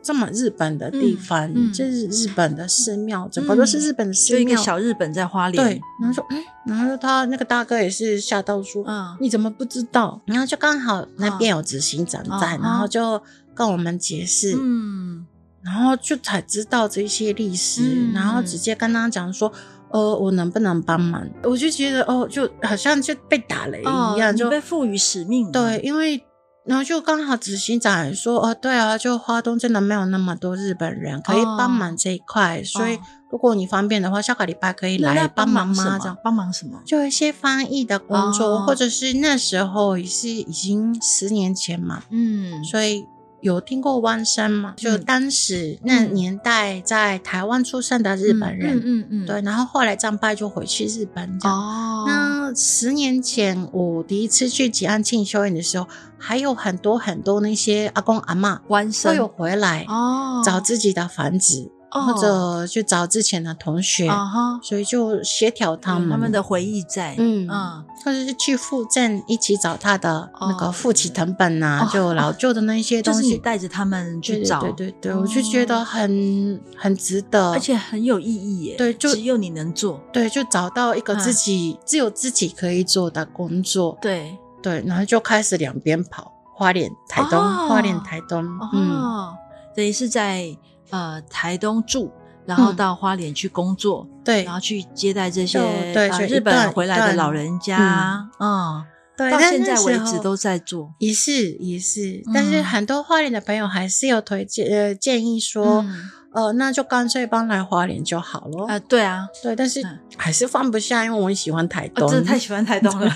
S2: 这么日本的地方？
S1: 嗯嗯
S2: 就是日本的寺庙，整个都是日本的
S1: 就
S2: 寺
S1: 一个
S2: 庙。
S1: 小日本在花莲，
S2: 对，然后说，嗯，然后他那个大哥也是吓到说，
S1: 嗯
S2: 你怎么不知道？然后就刚好那边有执行长在，
S1: 哦
S2: 然后就跟我们解释，
S1: 嗯
S2: 然后就才知道这些历史，
S1: 嗯
S2: 然后直接跟他讲说。呃，我能不能帮忙？我就觉得哦，就好像就被打雷
S1: 哦
S2: 一样，
S1: 你
S2: 就
S1: 被赋予使命了，
S2: 对，因为然后就刚好执行长也说，哦，对啊，就花东真的没有那么多日本人可以帮忙这一块，所以
S1: 哦
S2: 如果你方便的话，下个礼拜可以
S1: 那
S2: 来
S1: 那
S2: 帮忙
S1: 忙
S2: 吗？这
S1: 什
S2: 样
S1: 么？帮忙什么？
S2: 就有一些翻译的工作，
S1: 哦
S2: 或者是那时候也是已经十年前嘛，
S1: 嗯
S2: 所以有听过弯山嘛？就当时那年代在台湾出生的日本人，
S1: 嗯嗯，
S2: 对，然后后来战败就回去日本这样。
S1: 哦，
S2: 那十年前我第一次去吉安庆修院的时候，还有很多很多那些阿公阿嬷
S1: 弯
S2: 都
S1: 身
S2: 有回来
S1: 哦，
S2: 找自己的房子，或者去找之前的同学，
S1: 啊哈，
S2: 所以就协调他
S1: 有嗯
S2: 们
S1: 他们的回忆在，
S2: 嗯
S1: 嗯
S2: 或者是去附近一起找他的那
S1: 哦
S2: 个父亲藤本呐、
S1: 哦
S2: 就老旧的那些
S1: 就
S2: 东
S1: 是
S2: 西，
S1: 你带着他们
S2: 对
S1: 去找，
S2: 对对对对，
S1: 哦
S2: 我就觉得很很值得，
S1: 而且很有意义耶，
S2: 对就
S1: 只有你能做，
S2: 对，就找到一个
S1: 嗯
S2: 自己、只有自己可以做的工作，
S1: 对，
S2: 对，然后就开始两边跑，花莲台东，
S1: 哦
S2: 花莲台东，嗯，
S1: 哦，等于是在呃台东住，然后
S2: 嗯
S1: 到花莲去工作，
S2: 对
S1: 然后去接待这些
S2: 就对
S1: 呃
S2: 就一
S1: 日本
S2: 段
S1: 回来
S2: 一
S1: 的
S2: 段
S1: 老人家，嗯，
S2: 对，
S1: 到
S2: 但
S1: 现
S2: 那
S1: 在为
S2: 时
S1: 止
S2: 候
S1: 都在做，
S2: 也是也是，但是
S1: 嗯
S2: 很多花莲的朋友还是有推荐呃建议说，
S1: 嗯
S2: 呃，那就干脆搬来花莲就好了。
S1: 啊，对啊，
S2: 对，但是
S1: 嗯
S2: 还是放不下，因为我很喜欢台
S1: 哦
S2: 东，
S1: 真的太喜欢台 东了，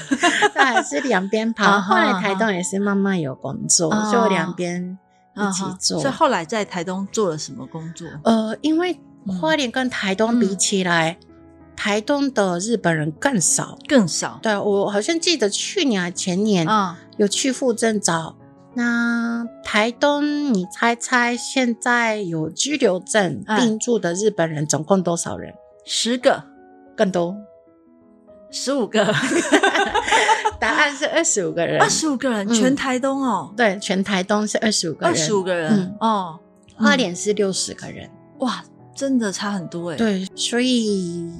S2: 但还是两边跑。
S1: 啊
S2: 后
S1: 哈
S2: 来台东也是慢慢有工作，
S1: 啊
S2: 就两边一起
S1: 嗯
S2: 做
S1: 所以。后来在台东做了什么工作？
S2: 呃，因为
S1: 嗯
S2: 花莲跟台东比起来，台东的日本人更少。
S1: 更少，
S2: 对我好像记得去年还前年
S1: 啊，
S2: 有去附近找。那台东，你猜猜现在有居留证
S1: 嗯
S2: 定住的日本人总共多少人？
S1: 十个、
S2: 更多？
S1: 十五个、
S2: 答案是二十五个人。
S1: 二十五个人，
S2: 嗯
S1: 全台东哦，
S2: 对，全台东是二十五个
S1: 二
S2: 人，
S1: 十五个人
S2: 嗯
S1: 哦，
S2: 花莲是六十个人。
S1: 哇，真的差很多哎，
S2: 对，所以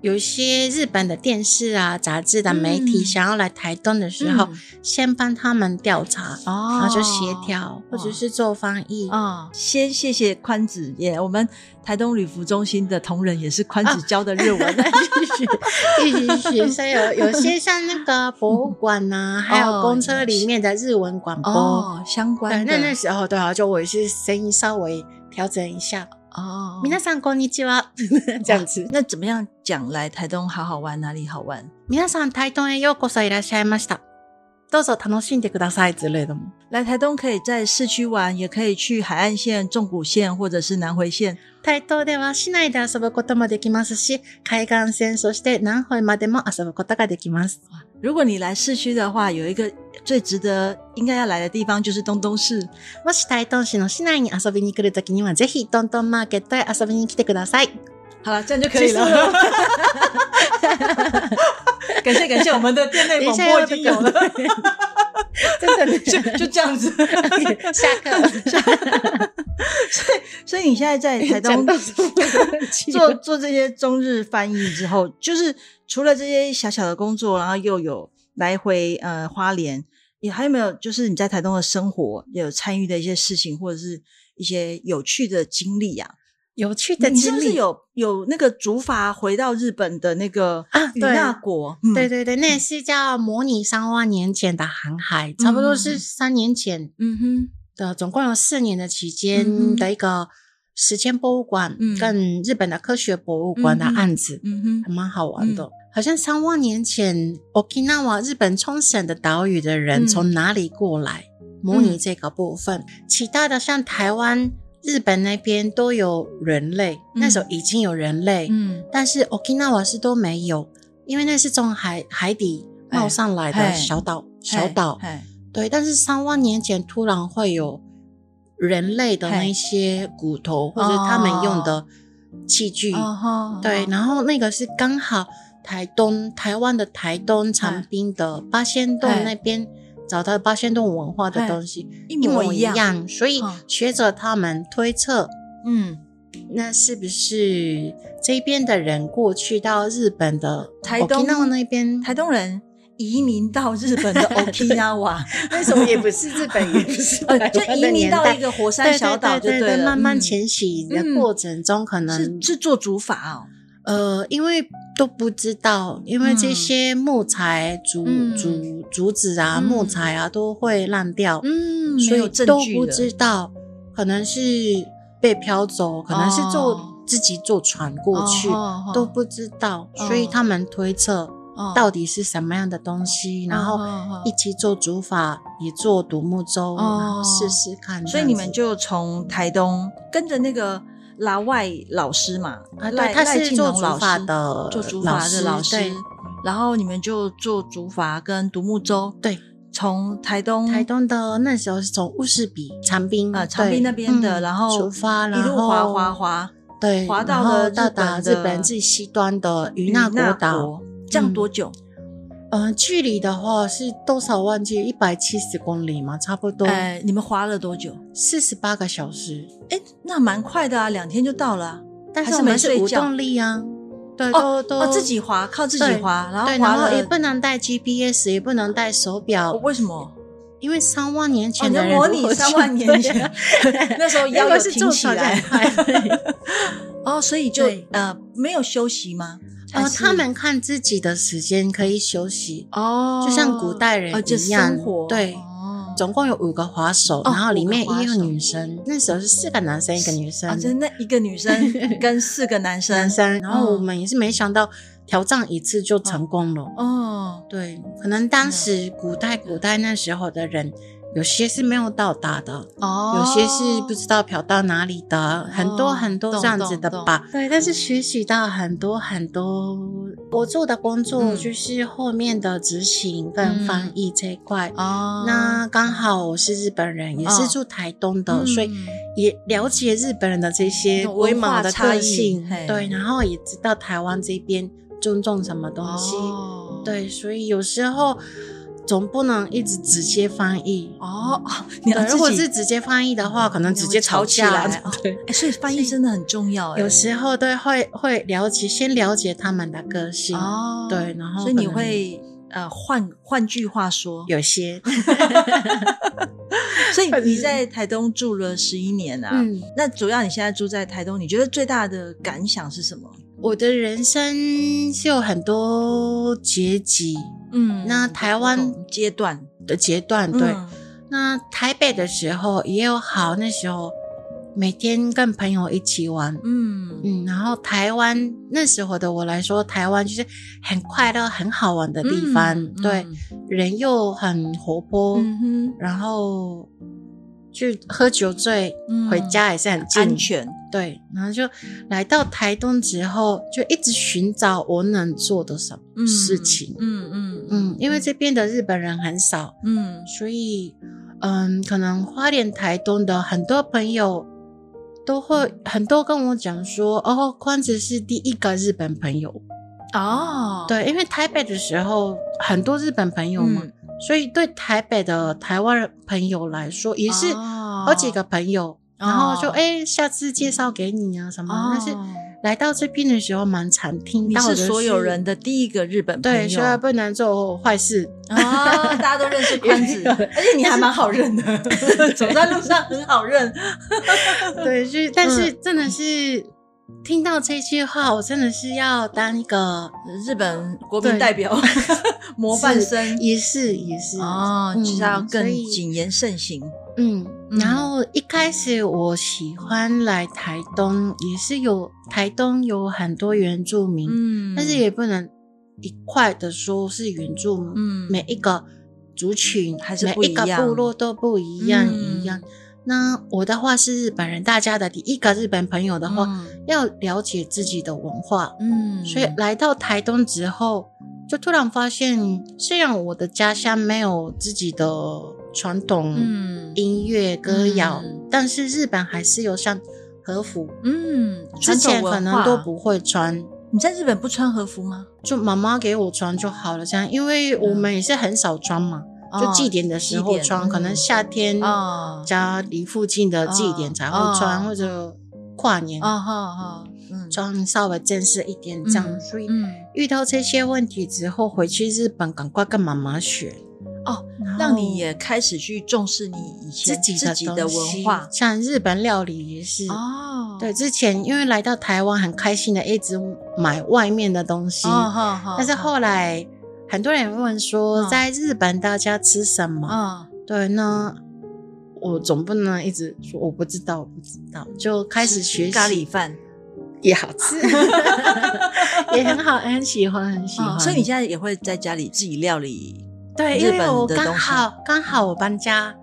S2: 有一些日本的电视啊、杂志的媒体
S1: 嗯
S2: 想要来台东的时候，
S1: 嗯
S2: 先帮他们调查，
S1: 哦，
S2: 然后就协调，或者是做翻译。
S1: 啊、先谢谢宽子也，我们台东旅服中心的同仁也是宽子教的日文。
S2: 继续学，所以有有些像那个博物 馆呐、还有公车里面的日文广播，
S1: 哦，相
S2: 对，
S1: 关的
S2: 那那时候对啊，就我也是声音稍微调整一下，
S1: 哦，
S2: 皆さんこんにちは， 这样子。
S1: 那怎么样讲来台东好好玩，哪里好玩？
S2: 皆さん、台東へようこそいらっしゃいました。どうぞ楽しんでください之类的吗？
S1: 来台东可以在市区玩，也可以去海岸线、纵谷线或者是南回线。
S2: 台東では市内で遊ぶこともできますし、海岸線そして南方までも遊ぶことができます。
S1: 如果你来市区的话，有一个最值得应该要来的地方就是东东市。
S2: もし台東市の市内に遊びに来るときには、ぜひトントンマーケットへ遊びに来てください。
S1: 好了，这样就可以
S2: 结束
S1: 了。 感谢感谢，我们的店内广播已经有了，
S2: 真的ね
S1: 就就这样子。
S2: 下课。
S1: 所以你现在在台东
S2: 讲到什么忘记了
S1: 做做这些中日翻译之后，就是除了这些小小的工作，然后又有来回呃花莲，也还有没有就是你在台东的生活有参与的一些事情，或者是一些有趣的经历啊？
S2: 有趣的
S1: 你是
S2: 经
S1: 不是
S2: 历。
S1: 有有那个竹筏回到日本的那个
S2: 啊
S1: 与
S2: 对
S1: 那国？嗯
S2: 对，对对，那是叫模拟三万年前的航海，差不多是三年前
S1: 嗯哼，
S2: 的，总共有四年的期
S1: 嗯哼
S2: 间的一个时间博物馆
S1: 嗯
S2: 跟日本的科学博物馆的案子，
S1: 嗯
S2: 还蛮好玩的。好像三万年前，Okinawa 日本冲绳的岛屿的人
S1: 嗯
S2: 从哪里过来？模拟这个部分，其他的像台湾、日本那边都有人类，那时候已经有人类，
S1: 嗯
S2: 但是 Okinawa 是都没有，因为那是从海海底冒上来
S1: 哎
S2: 的小岛，小
S1: 嘿
S2: 岛。
S1: 嘿
S2: 对，但是三万年前突然会有人类的那些骨头，或者是他们用的器具，
S1: 哦吼
S2: 对，然后那个是刚好台东台湾的台东长滨的八仙洞
S1: 哎
S2: 那边找到八仙洞文化的东西
S1: 一
S2: 一
S1: 模
S2: 模
S1: 一
S2: 一
S1: 样，
S2: 样，所以
S1: 嗯
S2: 学者他们推测。
S1: 嗯，
S2: 那是不是这边的人过去到日本的
S1: 台东
S2: Okinawa 那边？
S1: 台东人移民到日本 的 Okinawa。
S2: 那时候也不是日本，也不 是台
S1: 呃，就
S2: 湾的
S1: 移民
S2: 年
S1: 到
S2: 代
S1: 一个火
S2: 对
S1: 山
S2: 对
S1: 小岛就
S2: 对
S1: 了，
S2: 慢慢
S1: 嗯
S2: 迁徙的过程中，可能
S1: 是是做竹筏哦，
S2: 呃，因为都不知道，因为这些木材、竹
S1: 嗯
S2: 竹竹子啊、
S1: 嗯
S2: 木材啊都会烂掉，
S1: 嗯
S2: 所
S1: 没有
S2: 以
S1: 证
S2: 都
S1: 据
S2: 不
S1: 的
S2: 知道，可能是被飘走，可能是
S1: 哦
S2: 坐自己坐船过去。都不知道，所以
S1: 哦哦
S2: 他们推测到底是什么样的东西，然后一起做竹筏，也做独木舟，
S1: 哦
S2: 然后试试看这样子。
S1: 所以你们就从台东跟着那个老外老师嘛，
S2: 啊，
S1: 赖
S2: 对，他
S1: 赖
S2: 是
S1: 静
S2: 做
S1: 农
S2: 竹
S1: 老
S2: 筏
S1: 师
S2: 的
S1: 做竹筏的老师
S2: 对，
S1: 然后你们就做竹筏跟独木舟，
S2: 对，
S1: 从台东
S2: 台东的那时候是从乌士比长滨
S1: 嗯
S2: 嗯
S1: 呃长滨那边的，然后
S2: 出发，
S1: 一
S2: 然
S1: 路
S2: 后
S1: 滑滑滑
S2: 对，
S1: 滑到
S2: 然后
S1: 了
S2: 到达
S1: 日
S2: 日
S1: 本的
S2: 本最西端的
S1: 与
S2: 与那
S1: 国
S2: 国岛。，
S1: 这样
S2: 嗯
S1: 多久？
S2: 嗯，距离的话是多少忘记？一百七十公里嘛，差不多
S1: 呃，你们滑了多久？
S2: 四十八个小时。
S1: 哎，那蛮快的啊，两天就到了啊。
S2: 但
S1: 还
S2: 是
S1: 是
S2: 我
S1: 没
S2: 们是
S1: 睡
S2: 无
S1: 觉
S2: 动力啊，对，
S1: 哦
S2: 都都
S1: 哦，自己滑，靠自己
S2: 对
S1: 滑，然后
S2: 对，
S1: 滑
S2: 然
S1: 了
S2: 后也不能带 GPS，也不能带手
S1: 哦
S2: 表，
S1: 为什 么？
S2: 因为三万年
S1: 哦，
S2: 前
S1: 你
S2: 的
S1: 要
S2: 人
S1: 模
S2: 如
S1: 拟
S2: 何
S1: 三
S2: 去
S1: 万年
S2: 对
S1: 前，
S2: 啊
S1: 那时候
S2: 如
S1: 腰
S2: 果
S1: 有
S2: 是
S1: 挺
S2: 坐
S1: 起
S2: 船就
S1: 来
S2: 很 快对
S1: 哦，所以就
S2: 对
S1: 呃没有休息吗？还
S2: 呃，
S1: 啊是
S2: 他们看自己的时间可以休息，
S1: 哦，
S2: 就像古代人
S1: 哦就
S2: 一样
S1: 生活
S2: 对
S1: 哦
S2: 总共有五个滑手，
S1: 哦
S2: 然后里面
S1: 五个滑
S2: 一
S1: 手
S2: 个女生，那时候是四个男生一个女生，
S1: 啊，真的一个女 生跟四个男
S2: 男
S1: 生
S2: 生，然后
S1: 嗯
S2: 我们也是没想到挑战一次就成功了。
S1: 哦，嗯
S2: 对，可能当时古代古代那时候的人，有些是没有到达的，
S1: 哦
S2: 有些是不知道漂到哪里的，很多很多
S1: 懂
S2: 这样子的
S1: 懂
S2: 吧。对，但是学习到很多很多。我做的工作
S1: 嗯
S2: 就是后面的执行跟翻译这一块。
S1: 哦，
S2: 那刚好我是日本人，也是
S1: 哦
S2: 住台东的，
S1: 嗯
S2: 所以也了解日本人的这些
S1: 那文
S2: 龟
S1: 化
S2: 毛的
S1: 差
S2: 特
S1: 异
S2: 性
S1: 嘿，
S2: 对，然后也知道台湾这边尊重什么东西。
S1: 哦
S2: 对，所以有时候总不能一直直接翻译。
S1: 哦，你要
S2: 对，
S1: 自
S2: 如果
S1: 己嗯
S2: 是直接翻译的话，可能直接吵
S1: 起
S2: 架。
S1: 来，哦
S2: 对，
S1: 哎，所以翻译真的很重要哎，
S2: 有时候对会会了解，先了解他们的个性。
S1: 哦，
S2: 对，然后
S1: 所以你
S2: 可能
S1: 会呃换换句话说，
S2: 有些，
S1: 所以
S2: 或者
S1: 你
S2: 是
S1: 在台东住了十一年啊，
S2: 嗯，
S1: 那主要你现在住在台东，你觉得最大的感想是什么？
S2: 我的人生是有很多阶级
S1: 嗯
S2: 那台湾
S1: 不同阶段，嗯
S2: 的阶段。对，那台北的时候也有好，那时候每天跟朋友一起玩。
S1: 嗯
S2: 嗯，然后台湾那时候的我来说，台湾就是很快乐、很好玩的地方，
S1: 嗯
S2: 对，人又很活泼，
S1: 嗯哼，
S2: 然后去喝酒醉，
S1: 嗯
S2: 回家也是很近
S1: 安，全，
S2: 对，然后就来到台东之后，就一直寻找我能做的什么
S1: 嗯
S2: 事情，
S1: 嗯嗯
S2: 嗯，因为这边的日本人很少，
S1: 嗯
S2: 所以，嗯，可能花莲、台东的很多朋友都会
S1: 嗯
S2: 很多跟我讲说，哦，宽子是第一个日本朋友。
S1: 哦，
S2: 对，因为台北的时候很多日本朋友嘛，
S1: 嗯
S2: 所以对台北的台湾人朋友来说，也是
S1: 哦
S2: 好几个朋友。然后就
S1: 哦
S2: 哎、下次介绍给你啊什么。
S1: 哦
S2: 但是来到这边的时候，蛮常听
S1: 你
S2: 到的
S1: 是所有人的第一个日本朋友，
S2: 对，所啊以不能做坏 事。
S1: 啊，大家都认识宽 子，而且你还蛮好认的， 走在路上很好认。
S2: 对，就是，
S1: 嗯
S2: 但是真的是、听到这句话，我真的是要当一个
S1: 日本国民
S2: 对
S1: 代表 模范生
S2: 也是也是
S1: 哦，就是要
S2: 嗯所
S1: 更
S2: 以
S1: 谨言慎行。
S2: 嗯。
S1: 嗯
S2: 然后一开始我喜欢来台东，也是有台东有很多原住民，
S1: 嗯
S2: 但是也不能一块的说是原住民，
S1: 嗯
S2: 每一个族群
S1: 还是
S2: 每
S1: 不一
S2: 一个
S1: 样
S2: 部落都不一样、
S1: 嗯
S2: 一样。那我的话是日本人，大家的第一个日本朋友的话，
S1: 嗯
S2: 要了解自己的文化，
S1: 嗯
S2: 所以来到台东之后，就突然发现，虽然我的家乡没有自己的传统
S1: 嗯
S2: 音乐歌谣，
S1: 嗯
S2: 但是日本还是有像和服，
S1: 嗯，
S2: 之
S1: 传统
S2: 前
S1: 文
S2: 可能
S1: 化
S2: 都不会穿。
S1: 你在日本不穿和服吗？
S2: 就妈妈给我穿就好了，这样，因为我们也是很少穿嘛，就祭典的
S1: 嗯
S2: 时
S1: 祭
S2: 候
S1: 典
S2: 穿，可能
S1: 嗯
S2: 夏天
S1: 啊
S2: 家里附近的祭典才
S1: 哦
S2: 会穿，
S1: 哦
S2: 或者跨年
S1: 啊哈哈，嗯
S2: 穿稍微正式一点这样，所以
S1: 嗯，
S2: 遇到这些问题之后，回去日本赶快跟妈妈学
S1: 哦，
S2: 然后
S1: 让你也开始去重视你以前
S2: 自己
S1: 自己的
S2: 东西
S1: 文化
S2: 像日本料理也是。
S1: 哦，
S2: 对，之前因为来到台湾，很开心的一直买外面的东西，
S1: 哦，哈哈，
S2: 但是后来很多人问说，
S1: 嗯
S2: 在日本大家吃什么？
S1: 啊，
S2: 对呢，我总不能一直说我不知道，我不知道，就开始学习
S1: 咖喱饭，
S2: 也好吃，也很好，很喜欢，很喜欢。
S1: 哦所以你现在也会在家里自己料理，
S2: 对，
S1: 日
S2: 因为
S1: 本
S2: 我
S1: 的
S2: 刚
S1: 东西
S2: 好刚好我搬家，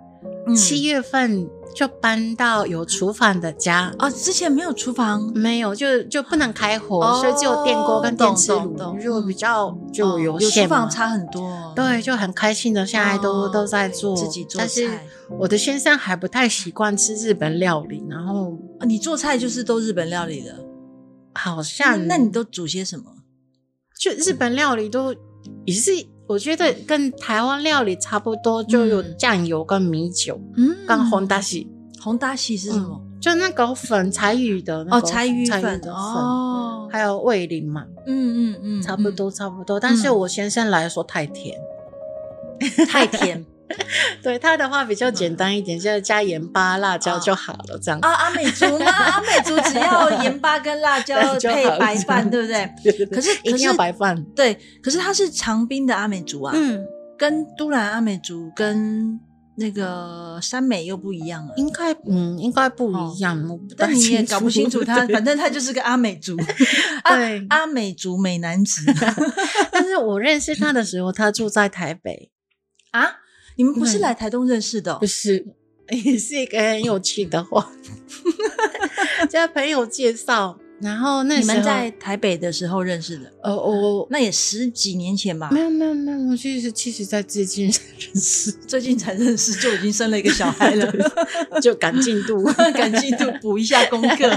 S1: 嗯
S2: 七月份就搬到有厨房的家，
S1: 哦，之前没有厨房，
S2: 没有就就不能开火，
S1: 哦
S2: 所以只有电锅跟电磁
S1: 懂懂
S2: 炉，
S1: 懂
S2: 就比较就
S1: 哦
S2: 有
S1: 有厨
S2: 限嘛
S1: 房。差很多，
S2: 对，就很开心的，现在都、
S1: 哦
S2: 都在做
S1: 自己做
S2: 但是
S1: 菜
S2: 我的先生还不太习惯吃日本料理，然后
S1: 啊，你做菜就是都日本料理的，
S2: 好
S1: 那
S2: 像
S1: 那你都煮些什么？
S2: 就日本料理都也是，我觉得跟台湾料理差不多，就有
S1: 嗯
S2: 酱油跟米酒，
S1: 嗯
S2: 跟红大喜
S1: 红达喜是什么？
S2: 就那个粉柴鱼的嗯那
S1: 哦，
S2: 个
S1: 柴鱼
S2: 柴鱼
S1: 粉
S2: 的粉，
S1: 哦，
S2: 还有味淋嘛，
S1: 嗯嗯嗯，
S2: 差不多差不多。但是我先生来说太甜，
S1: 嗯 太甜
S2: 对他的话比较
S1: 嗯
S2: 简单一点，就是加盐巴、辣
S1: 哦
S2: 椒就好了，这样。
S1: 啊！阿美族呢？阿美族只要盐巴跟辣椒
S2: 对 就好
S1: 配白饭，
S2: 吃
S1: 对不对？可是
S2: 一定
S1: 可
S2: 要
S1: 是
S2: 白饭。
S1: 对，可是他是长滨的阿美族啊，
S2: 嗯，
S1: 跟都兰阿美族跟那个山美又不一样了。
S2: 应该嗯应该不一样，我不太
S1: 哦但你也
S2: 清楚
S1: 搞不清楚 他，反正他就是个阿美族，啊
S2: 对
S1: 阿美族美男 子
S2: 但是我认识他的时候，他住在台北，
S1: 啊！你们不是
S2: 对
S1: 来台东认识的哦、
S2: 不是，也是一个很有趣的话， 加朋友介绍，然后那
S1: 你
S2: 时候
S1: 们在台北的时候认识的，
S2: 呃我
S1: 那也十几年前吧
S2: 没，有没有没有，我其实其实在最近 才认识，
S1: 最近才认识就已经生了一个小孩了，
S2: 就赶进 度
S1: 感激度补一下功 课。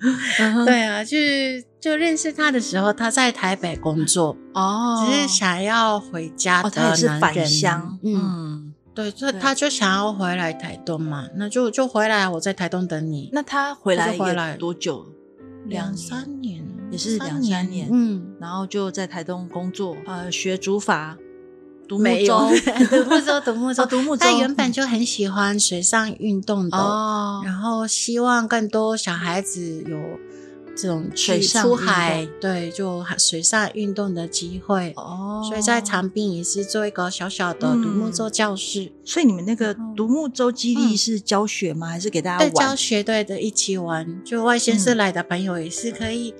S1: 嗯哼
S2: 对啊，就是就认识他的时候，他在台北工作，
S1: 哦，
S2: 只是想要回家
S1: 哦，
S2: 的
S1: 他也是
S2: 男
S1: 返
S2: 人
S1: 乡，
S2: 嗯，
S1: 嗯，
S2: 对，就
S1: 对
S2: 他就想要回来台东嘛，那就就回来，我在台东等你。
S1: 那他回
S2: 他
S1: 来
S2: 是回来
S1: 也多久了？两
S2: 两
S1: 年
S2: 三年
S1: 也是两三年
S2: 嗯，
S1: 然后就在台东工作，呃，学竹筏、独木
S2: 没有、
S1: 舟
S2: 独木舟，独木
S1: 哦
S2: 舟，
S1: 独木舟。
S2: 他原本就很喜欢水上运动的，
S1: 哦，
S2: 然后希望更多小孩子有这种去
S1: 水上
S2: 出
S1: 运动
S2: 海，对，就水上运动的机会。
S1: 哦
S2: 所以在长滨也是做一个小小的独
S1: 嗯
S2: 木舟教室，
S1: 所以你们那个独木舟基地
S2: 嗯
S1: 是教学吗？还是给大家
S2: 对
S1: 玩？嗯
S2: 教学队的一起玩。就外县市来的朋友也是可以，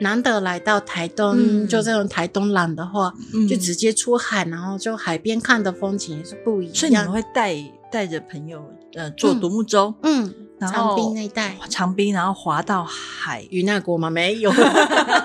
S2: 难得来到台东，
S1: 嗯
S2: 就这种台东land 的话，
S1: 嗯
S2: 就直接出海，然后就海边看的风景也是不一样。
S1: 所以你们会带带着朋友呃坐独木舟，
S2: 嗯，
S1: 然后
S2: 长滨那一带
S1: 长滨，然后滑到海，
S2: 与那国吗？没 有，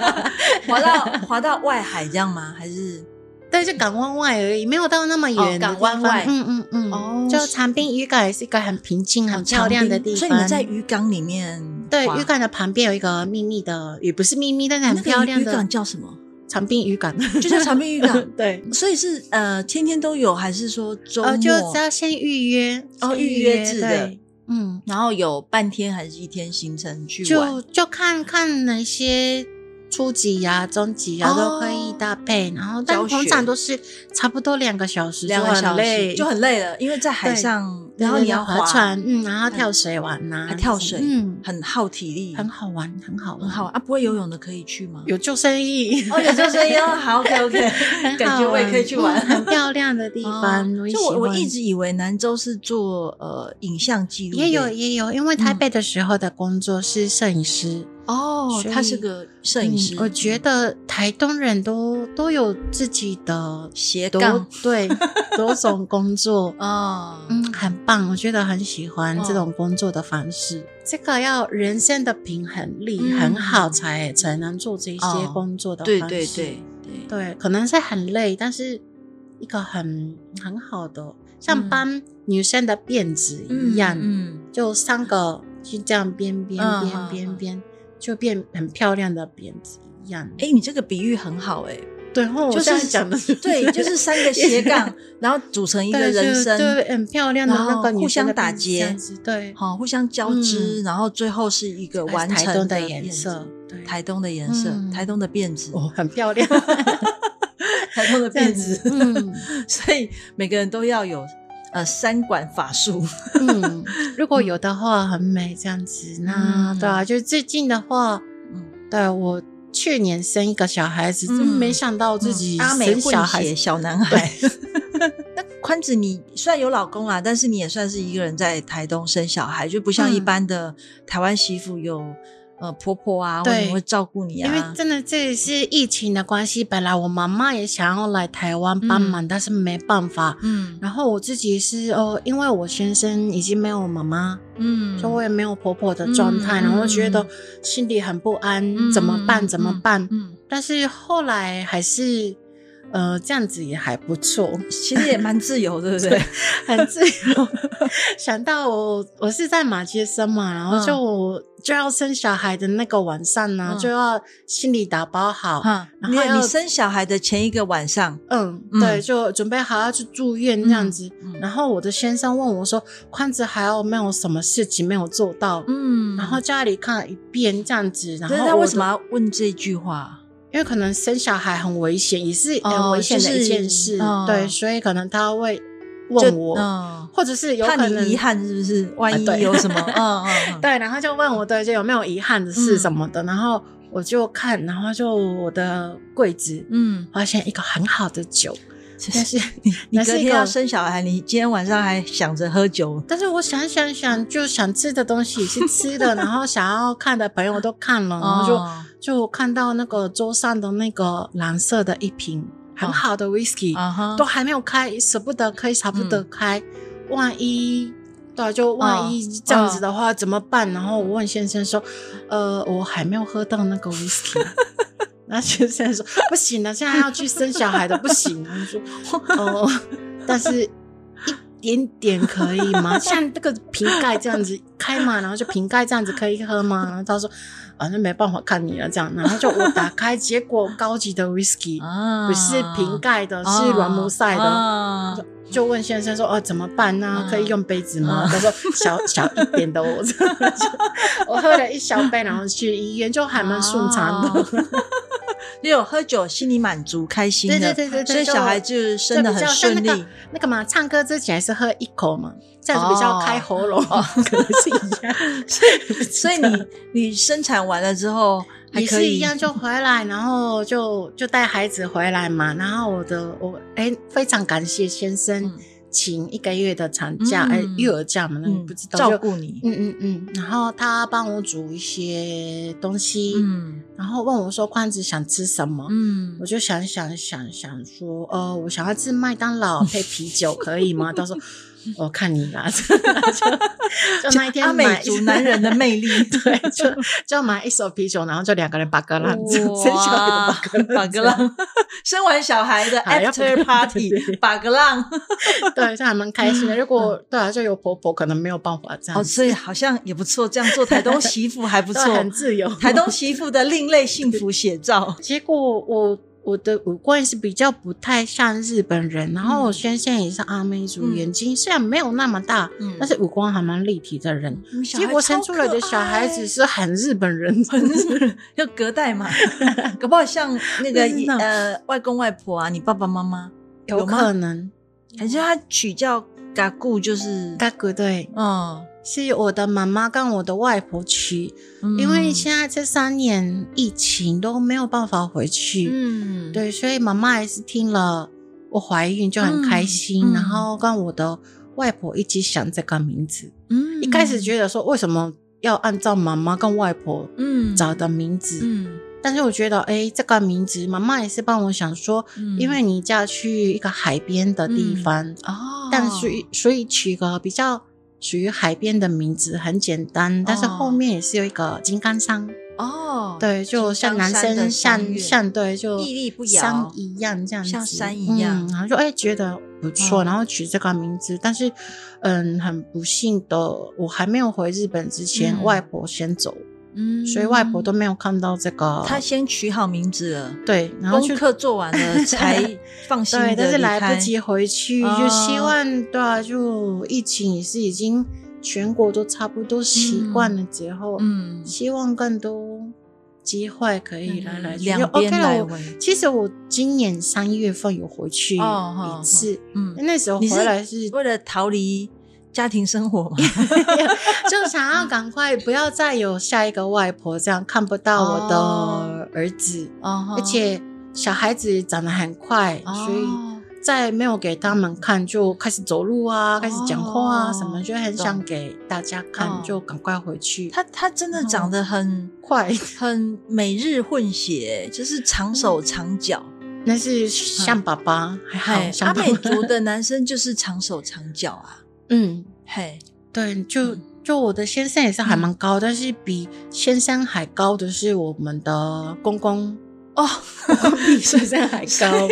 S1: 滑到滑到外海这样吗？还是
S2: 对，就港湾外而已，没有到那么远、
S1: 哦港湾外
S2: 嗯嗯嗯，
S1: 哦
S2: 就长滨渔港也是一个很平静、很漂亮的地方。
S1: 所以你们在渔港里面
S2: 对
S1: 滑
S2: 渔港的旁边有一个秘密的，也不是秘密，但是
S1: 那
S2: 很
S1: 个
S2: 漂亮
S1: 渔
S2: 的
S1: 港叫什么？
S2: 长滨渔港，
S1: 就 叫长滨渔港
S2: 对，
S1: 所以是呃天天都有，还是说周末？
S2: 呃，就只要先预约，
S1: 哦
S2: 先
S1: 预约制的
S2: 对嗯，
S1: 然后有半天还是一天行程去玩
S2: 就？就看看哪些初级呀、中级呀、
S1: 哦
S2: 都可以搭配，然后
S1: 教学
S2: 但通常都是差不多两个小时，
S1: 两个小时
S2: 累，
S1: 就很累了，因为在海
S2: 对
S1: 上，
S2: 对
S1: 然后你要
S2: 划
S1: 划
S2: 船，嗯，然后跳水玩呐、
S1: 还跳水
S2: 嗯，
S1: 很耗体力，
S2: 很好玩，很好玩，
S1: 很好啊。不会游泳的可以去吗？
S2: 有救生衣，
S1: 哦，有救生衣哦， 好，OK OK，
S2: 很好玩
S1: 感觉我也可以去玩
S2: 嗯 很漂亮的地方，
S1: 哦
S2: 也
S1: 就
S2: 喜
S1: 我我
S2: 欢
S1: 一直以为南州是做呃影像记录的，
S2: 也有也有，因为台
S1: 嗯
S2: 北的时候的工作是摄影师，
S1: 哦，
S2: 所以
S1: 他是个摄影师，
S2: 嗯我觉得台东人都都有自己的
S1: 斜
S2: 多
S1: 杠
S2: 对多种工作。
S1: 哦，
S2: 嗯，很棒，我觉得很喜欢
S1: 哦
S2: 这种工作的方式。这个要人生的平衡力
S1: 嗯
S2: 很好才，才、能做这些
S1: 哦
S2: 工作的方
S1: 对
S2: 式。
S1: 对对对，
S2: 对，可能是很累，但是一个很很好的，像
S1: 嗯
S2: 帮女生的辫子
S1: 嗯
S2: 一样，
S1: 嗯，
S2: 就三个就这样编编
S1: 嗯
S2: 编
S1: 嗯嗯
S2: 编编，就变很漂亮的辫子一样。
S1: 哎，你这个比喻很好哎，
S2: 对，然哦后我
S1: 就
S2: 现在
S1: 是
S2: 讲的是
S1: 对，就是三个斜杠，然后组成一个
S2: 对就
S1: 人生，
S2: 对，很漂亮的
S1: 然
S2: 那
S1: 后
S2: 个女
S1: 互
S2: 生
S1: 相
S2: 的
S1: 打
S2: 辫子这样
S1: 结
S2: 子对，
S1: 好，互相交织，然后最后是一个
S2: 嗯还是
S1: 完
S2: 台
S1: 成
S2: 东的
S1: 辫
S2: 颜
S1: 子
S2: 色，，对，
S1: 台东的颜色，
S2: 嗯
S1: 台东的辫子，
S2: 哦，很漂 亮，
S1: 台 东的
S2: 这样
S1: 辫
S2: 子
S1: 子，，
S2: 嗯
S1: 所以每个人都要有呃三管法术，
S2: 嗯，如果有的话很美，这样子，那
S1: 嗯
S2: 对啊，就最近的话，
S1: 嗯，
S2: 对啊我去年生一个小孩子，真
S1: 嗯
S2: 没想到自己
S1: 阿美
S2: 生小
S1: 混
S2: 孩
S1: 血
S2: 子，
S1: 小男孩。那宽子，你虽然有老公啦，但是你也算是一个人在台东生小孩，就不像一
S2: 嗯
S1: 般的台湾媳妇有呃婆婆啊，或
S2: 对
S1: 者会照顾你
S2: 因为
S1: 啊。
S2: 真的这也是疫情的关系，本来我妈妈也想要来台湾帮忙，但是没办法。
S1: 嗯
S2: 然后我自己是哦，因为我先生已经没有妈妈，
S1: 嗯
S2: 所以我也没有婆婆的状态，
S1: 嗯
S2: 然后觉得
S1: 嗯
S2: 心里很不安，
S1: 嗯
S2: 怎么办？
S1: 嗯
S2: 怎么办？
S1: 嗯，
S2: 但是后来还是，呃，这样子也还不错。
S1: 其实也蛮自由，对不对？
S2: 很自由。 想到我我是在马街生嘛，然后就
S1: 嗯
S2: 我就要生小孩的那个晚上呢，
S1: 嗯
S2: 就要心里打包好。
S1: 哈，
S2: 然
S1: 你
S2: 后要
S1: 你生小孩的前一个晚上，
S2: 嗯，
S1: 嗯
S2: 对，就准备好要去住院这样子。
S1: 嗯嗯
S2: 然后我的先生问我说：“宽子还有没有什么事情没有做到？”
S1: 嗯
S2: 然后家里看了一遍这样子，然
S1: 可
S2: 后
S1: 是他
S2: 我
S1: 为
S2: 的
S1: 什么？要问这句话？
S2: 因为可能生小孩很危险，也是
S1: 哦
S2: 很危险
S1: 就
S2: 的
S1: 是
S2: 一件事，
S1: 哦
S2: 对，所以可能他会
S1: 就
S2: 问我，
S1: 嗯
S2: 或者是有可
S1: 怕
S2: 能啊
S1: 你遗憾是不是？万一
S2: 对
S1: 有什么？嗯嗯，嗯
S2: 对，然后就问我对，就有没有遗憾的
S1: 嗯
S2: 事什么的，然后我就看，然后就我的柜子
S1: 嗯，
S2: 发现一个很好的酒，
S1: 就
S2: 但
S1: 是
S2: 是
S1: 你你
S2: 那
S1: 隔
S2: 是一
S1: 天要
S2: 个，
S1: 生小孩，你今天晚上还想着喝酒
S2: 但是我想想想，就想吃的东西也是吃的，然后想要看的朋友都看了，然后就、
S1: 哦
S2: 就看到那个桌上的那个蓝色的一瓶
S1: 哦
S2: 很好的 whisky，、
S1: 啊哈
S2: 都，还没有开，舍不得开，舍不得开，万一。对，啊就万一这样子的话、怎么办？然后我问先生说：“呃，我还没有喝到那个 whisky。”然后先生说：“不行了，现在要去生小孩的，不行。”我说：“哦，但是一点点可以吗？ 像这个瓶盖这样子开嘛，然后就瓶盖这样子可以喝吗？”然后他说：“啊，那没办法看你了，这样。”然后就我打开，结果高级的 whisky
S1: 啊
S2: 不是瓶，盖的，
S1: 啊
S2: 是软木塞的。
S1: 啊
S2: 就问先生说：“哦，怎么办呢、
S1: 嗯
S2: 可以用杯子吗？”
S1: 嗯
S2: 他说：“小小一点的我， 我喝了一小杯，然后去医院，就还蛮顺畅的。
S1: 哦六喝酒心里满足开心的，
S2: 对对对对对
S1: 所以小孩就是生的很顺利
S2: 就比较像那个那个嘛，唱歌之前是喝一口嘛，这样子比较
S1: 哦
S2: 开喉咙， 可能是一样，
S1: 所以你你生产完了之后 还
S2: 也
S1: 可
S2: 是
S1: 以
S2: 一样就回来，然后就就带孩子回来嘛。然后我的我哎、非常感谢先生
S1: 嗯
S2: 请一个月的长假，
S1: 嗯
S2: 哎、育儿假嘛，那你
S1: 嗯
S2: 不知道
S1: 照
S2: 就
S1: 顾你，
S2: 嗯嗯嗯，然后他帮我煮一些东西，
S1: 嗯
S2: 然后问我说宽子想吃什么，
S1: 嗯
S2: 我就想想想想说，呃，我想要吃麦当劳配啤 酒可以吗？他说，我看你啦，就就那一天
S1: 阿
S2: 买
S1: 美 族男人的魅力，
S2: 对，就就买一手啤酒，然后就两个人八 个浪，生小孩 的八个
S1: 哇巴
S2: 浪，
S1: 格浪，生完小孩的
S2: 还要
S1: after party，巴格浪，
S2: 对，就还蛮开心的。如果对啊，就有婆婆可能没有办法这
S1: 嗯
S2: 样
S1: 哦，
S2: 子，
S1: 所以好像也不错，这样做台东媳妇还不
S2: 不
S1: 错，
S2: 很自由。，
S1: 台东媳妇的另类幸福写照
S2: 结果我我的五官是比较不太像日本人，然后我先生也是阿美族，
S1: 嗯
S2: 眼睛虽然没有那么大，
S1: 嗯
S2: 但是五官还蛮立体的人。
S1: 小孩
S2: 结果生出来的小孩 子是很日本人，
S1: 超可爱。 很日要隔代嘛，搞不好像那个
S2: 真的
S1: 呃外公外婆啊，你爸爸妈妈，
S2: 有可能。
S1: 感觉他取叫嘎固就是，
S2: 大哥对，
S1: 嗯，
S2: 是我的妈妈跟我的外婆去，
S1: 嗯
S2: 因为现在这三年疫情都没有办法回去，
S1: 嗯，
S2: 对，所以妈妈也是听了我怀孕就很开心，
S1: 嗯嗯
S2: 然后跟我的外婆一起想这个名字。
S1: 嗯
S2: 一开始觉得说为什么要按照妈妈跟外婆
S1: 嗯
S2: 找的名字，
S1: 嗯
S2: 但是我觉得诶，这个名字妈妈也是帮我想说，
S1: 嗯
S2: 因为你嫁去一个海边的地方，啊
S1: 哦，
S2: 但属于所以取个比较。属于海边的名字很简单，但是
S1: 哦
S2: 后面也是有一个金刚山，
S1: 哦，
S2: 对，就像男
S1: 金刚山的山
S2: 生像
S1: 岳
S2: 像对就
S1: 屹立不摇
S2: 山一样这样子，
S1: 像山一样
S2: 嗯然后就哎、觉得不错，
S1: 哦
S2: 然后取这个名字。但是，嗯，很不幸的，我还没有回日本之前，
S1: 嗯
S2: 外婆先走，
S1: 嗯，
S2: 所以外婆都没有看到这个。
S1: 他先取好名字了，
S2: 对，然后
S1: 功
S2: 就
S1: 课做完了 才放心的
S2: 对，但是来不及回去，
S1: 哦
S2: 就希望对啊，就疫情也是已经全国都差不多习惯了之后，
S1: 嗯
S2: 希望更多机会可以来来去去
S1: 两
S2: OK
S1: 边来
S2: 了。我
S1: 回，
S2: 其实我今年三月份有回去
S1: 哦
S2: 一次，
S1: 嗯，
S2: 那时候
S1: 你是
S2: 回来是
S1: 为了逃离家庭生活 嘛，
S2: 就想要赶快不要再有下一个外婆这样看不到我的
S1: 哦
S2: 儿子，
S1: 哦
S2: 而且小孩子长得很快，所以
S1: 哦
S2: 在没有给他们看就开始走路啊，开始讲话啊
S1: 哦
S2: 什么，就很想
S1: 懂
S2: 给大家看，
S1: 哦
S2: 就赶快回去。
S1: 他他真的长得很
S2: 快，
S1: 很美日混血，就是长手长脚。
S2: 那是像爸爸，还好
S1: 嘿，嗯哎
S2: 像
S1: 阿
S2: 爸
S1: 美
S2: 爸。
S1: 族的男生就是长手长脚啊，
S2: 嗯，
S1: 嘿，
S2: 对，就
S1: 嗯
S2: 就我的先生也是还蛮高，但是比先生还高的是我们的公公，
S1: 哦，
S2: 比先生还高。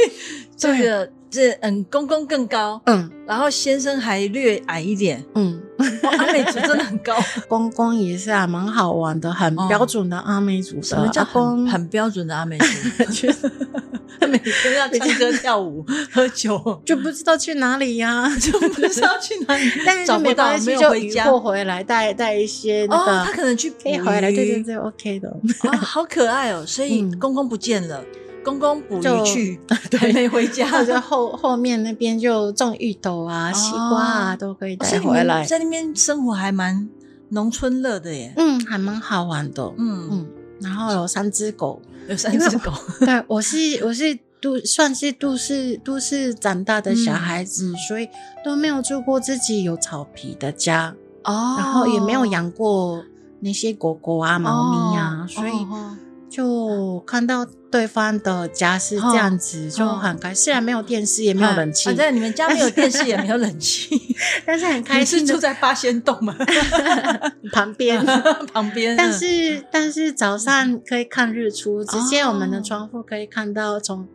S1: 这个这嗯，公公更高，
S2: 嗯
S1: 然后先生还略矮一点。
S2: 嗯，
S1: 哇阿美族真的很高，
S2: 公公也是还蛮好玩的，很
S1: 哦
S2: 标准的阿美族的
S1: 什么叫
S2: 呃阿公
S1: 很，很标准的阿美族？
S2: 就
S1: 每天要唱歌跳 舞喝酒，
S2: 就不知道去哪 里呀、
S1: 就不知道去哪里，
S2: 但是就
S1: 找不
S2: 没
S1: 到
S2: 关，系，
S1: 没有
S2: 就
S1: 回
S2: 渔
S1: 家。
S2: 获
S1: 哦，
S2: 回来带带一些那个，
S1: 他可能去
S2: 可
S1: 捕
S2: 以
S1: 鱼，
S2: 回来，对对对，OK 的。
S1: 啊，好可爱哦！所以
S2: 嗯
S1: 公公不见了，公公捕
S2: 就
S1: 鱼 去，还没回家。
S2: 或者后后面那边就种芋头啊、西瓜啊，
S1: 哦
S2: 都可以
S1: 哦所
S2: 带
S1: 以你
S2: 回
S1: 们
S2: 来。
S1: 在那边生活还蛮农村乐的耶。
S2: 嗯，还蛮好玩的。
S1: 嗯，
S2: 嗯，然后有三 只狗。
S1: 有三
S2: 因为
S1: 只狗，
S2: 对，我哦是我是都算是都市都市长大的小孩子，
S1: 嗯嗯
S2: 所以都没有住过自己有草皮的家，
S1: 哦
S2: 然后也没有养过那些狗狗啊、猫咪啊，
S1: 哦
S2: 所以
S1: 哦哦
S2: 就看到对方的家是这
S1: 哦
S2: 样子，就很开心。虽然没有电视，也没有冷气，
S1: 反啊正你们家没有电 视，也没有冷气，
S2: 但是很开
S1: 哦你
S2: 心
S1: 是
S2: 的
S1: 住在八仙洞 吗？
S2: 旁 边。
S1: 旁边，嗯
S2: 但是但是早上可以看日出，直接我们的窗户可以看到从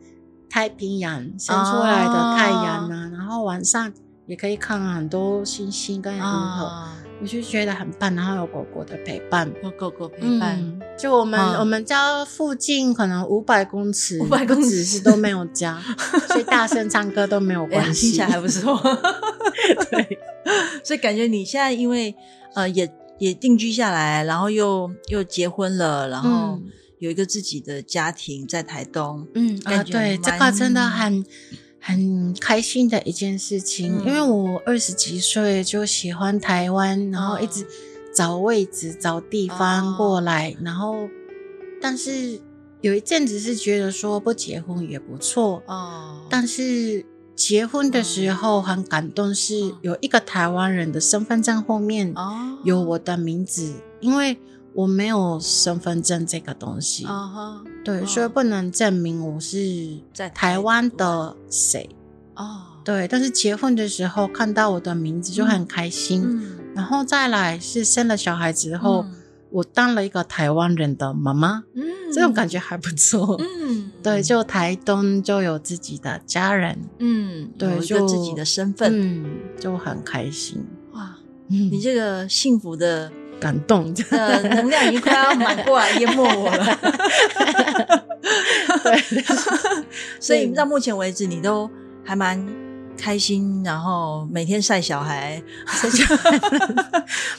S2: 太平洋升出来的太阳啊，然后晚上也可以看很多星星跟银河，
S1: 啊，
S2: 我就觉得很棒。然后有狗狗的陪伴，
S1: 有狗狗陪伴，
S2: 嗯，就我们、
S1: 嗯
S2: 我们家附近可能五百公尺，
S1: 500公尺
S2: 不只是都没有 家，所以大声唱歌都没 有
S1: 哎呀
S2: 关，系。
S1: 听起来还不 错。
S2: 对，
S1: 所以感觉你现在因为呃也也定居下来，然后又又结婚了，然后
S2: 嗯，
S1: 有一个自己的家庭在台东，
S2: 嗯啊，
S1: 感觉
S2: 对，这个
S1: 蛮
S2: 真的很很开心的一件事情，
S1: 嗯
S2: 因为我二十几岁就喜欢台湾，然后一直找位置、找地
S1: 哦
S2: 方过来，然后但是有一阵子是觉得说不结婚也不错，
S1: 哦
S2: 但是。结婚的时候很感动，是
S1: 嗯
S2: 有一个台湾人的身份证后面
S1: 哦
S2: 有我的名字，因为我没有身份证这个东西。
S1: 啊哈
S2: 对，
S1: 哦
S2: 所以不能证明我是
S1: 在台
S2: 台湾的谁。
S1: 哦，
S2: 对，但是结婚的时候看到我的名字就很开心。
S1: 嗯，
S2: 然后再来是生了小孩之后，
S1: 嗯
S2: 我当了一个台湾人的妈妈，
S1: 嗯
S2: 这种感觉还不错。
S1: 嗯，
S2: 对，就台东就有自己的家人，
S1: 嗯，
S2: 对
S1: 有一个
S2: 就
S1: 自己的身份，
S2: 嗯，就很开心。
S1: 哇，你
S2: 嗯，
S1: 这个幸福的
S2: 感动，
S1: 的能量已经快要满过来淹没我 了，
S2: 对，
S1: 所以到目前为止你都还蛮开心，然后每天晒小孩，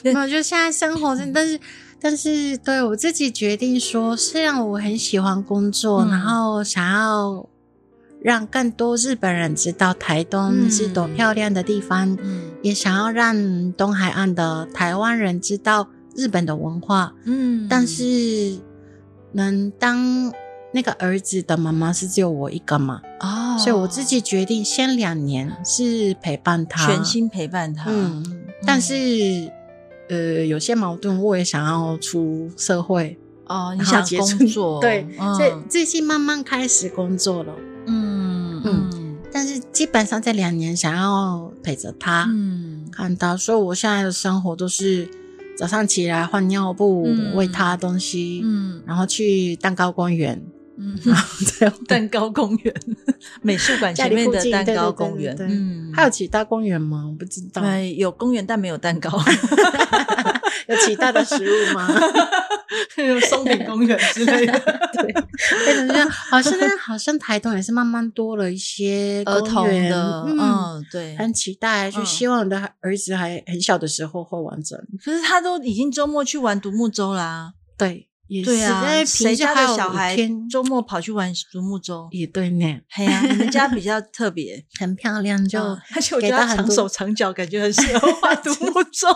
S2: 没有，就现在生活真，但是但是对我自己决定说，虽然我很喜欢工作，
S1: 嗯
S2: 然后想要让更多日本人知道台东
S1: 嗯
S2: 是多漂亮的地方，
S1: 嗯
S2: 也想要让东海岸的台湾人知道日本的文化，
S1: 嗯
S2: 但是能当那个儿子的妈妈是只有我一个嘛，
S1: 哦，
S2: 所以我自己决定先两年是陪伴他，
S1: 全心陪伴他，
S2: 嗯，但是呃，有些矛盾我也想要出社会，
S1: 哦，你
S2: 然后
S1: 想
S2: 结
S1: 工
S2: 束
S1: 作，
S2: 对，
S1: 嗯
S2: 所以最近慢慢开始工作了，
S1: 嗯嗯
S2: 但是基本上这两年想要陪着他，
S1: 嗯
S2: 看他，所以我现在的生活都是早上起来换尿布，
S1: 嗯
S2: 喂他东西，
S1: 嗯
S2: 然后去蛋糕公园，
S1: 嗯，
S2: 然后再回
S1: 蛋糕公园，美术馆
S2: 家
S1: 前
S2: 里
S1: 面
S2: 附
S1: 的
S2: 近
S1: 蛋
S2: 对对
S1: 糕
S2: 对
S1: 公
S2: 对
S1: 园，
S2: 对
S1: 嗯，
S2: 还有其他公园吗？我不知道，
S1: 对有公园但没有蛋 糕，
S2: 有其他的食物 吗？
S1: 有松饼公园之类 的，
S2: 对，为什么这样？好像 好像台东也是慢慢多了一些
S1: 儿
S2: 公
S1: 童
S2: 园
S1: 的，
S2: 嗯，
S1: 嗯，对。
S2: 很期待，就
S1: 嗯
S2: 希望我的儿子还很小的时候会完整。
S1: 可是他都已经周末去玩独木舟啦，
S2: 对，也是，
S1: 对啊
S2: 因为，
S1: 谁
S2: 平时
S1: 家
S2: 还
S1: 的
S2: 有
S1: 小
S2: 五
S1: 孩
S2: 天
S1: 周末跑去玩独木舟？
S2: 也对呢，
S1: 嘿呀，你们家 比较特别，
S2: 很漂亮，就
S1: 嗯而且我觉
S2: 给
S1: 得
S2: 他
S1: 他
S2: 很
S1: 长手
S2: 多，
S1: 长脚，感觉很适合画独 木舟。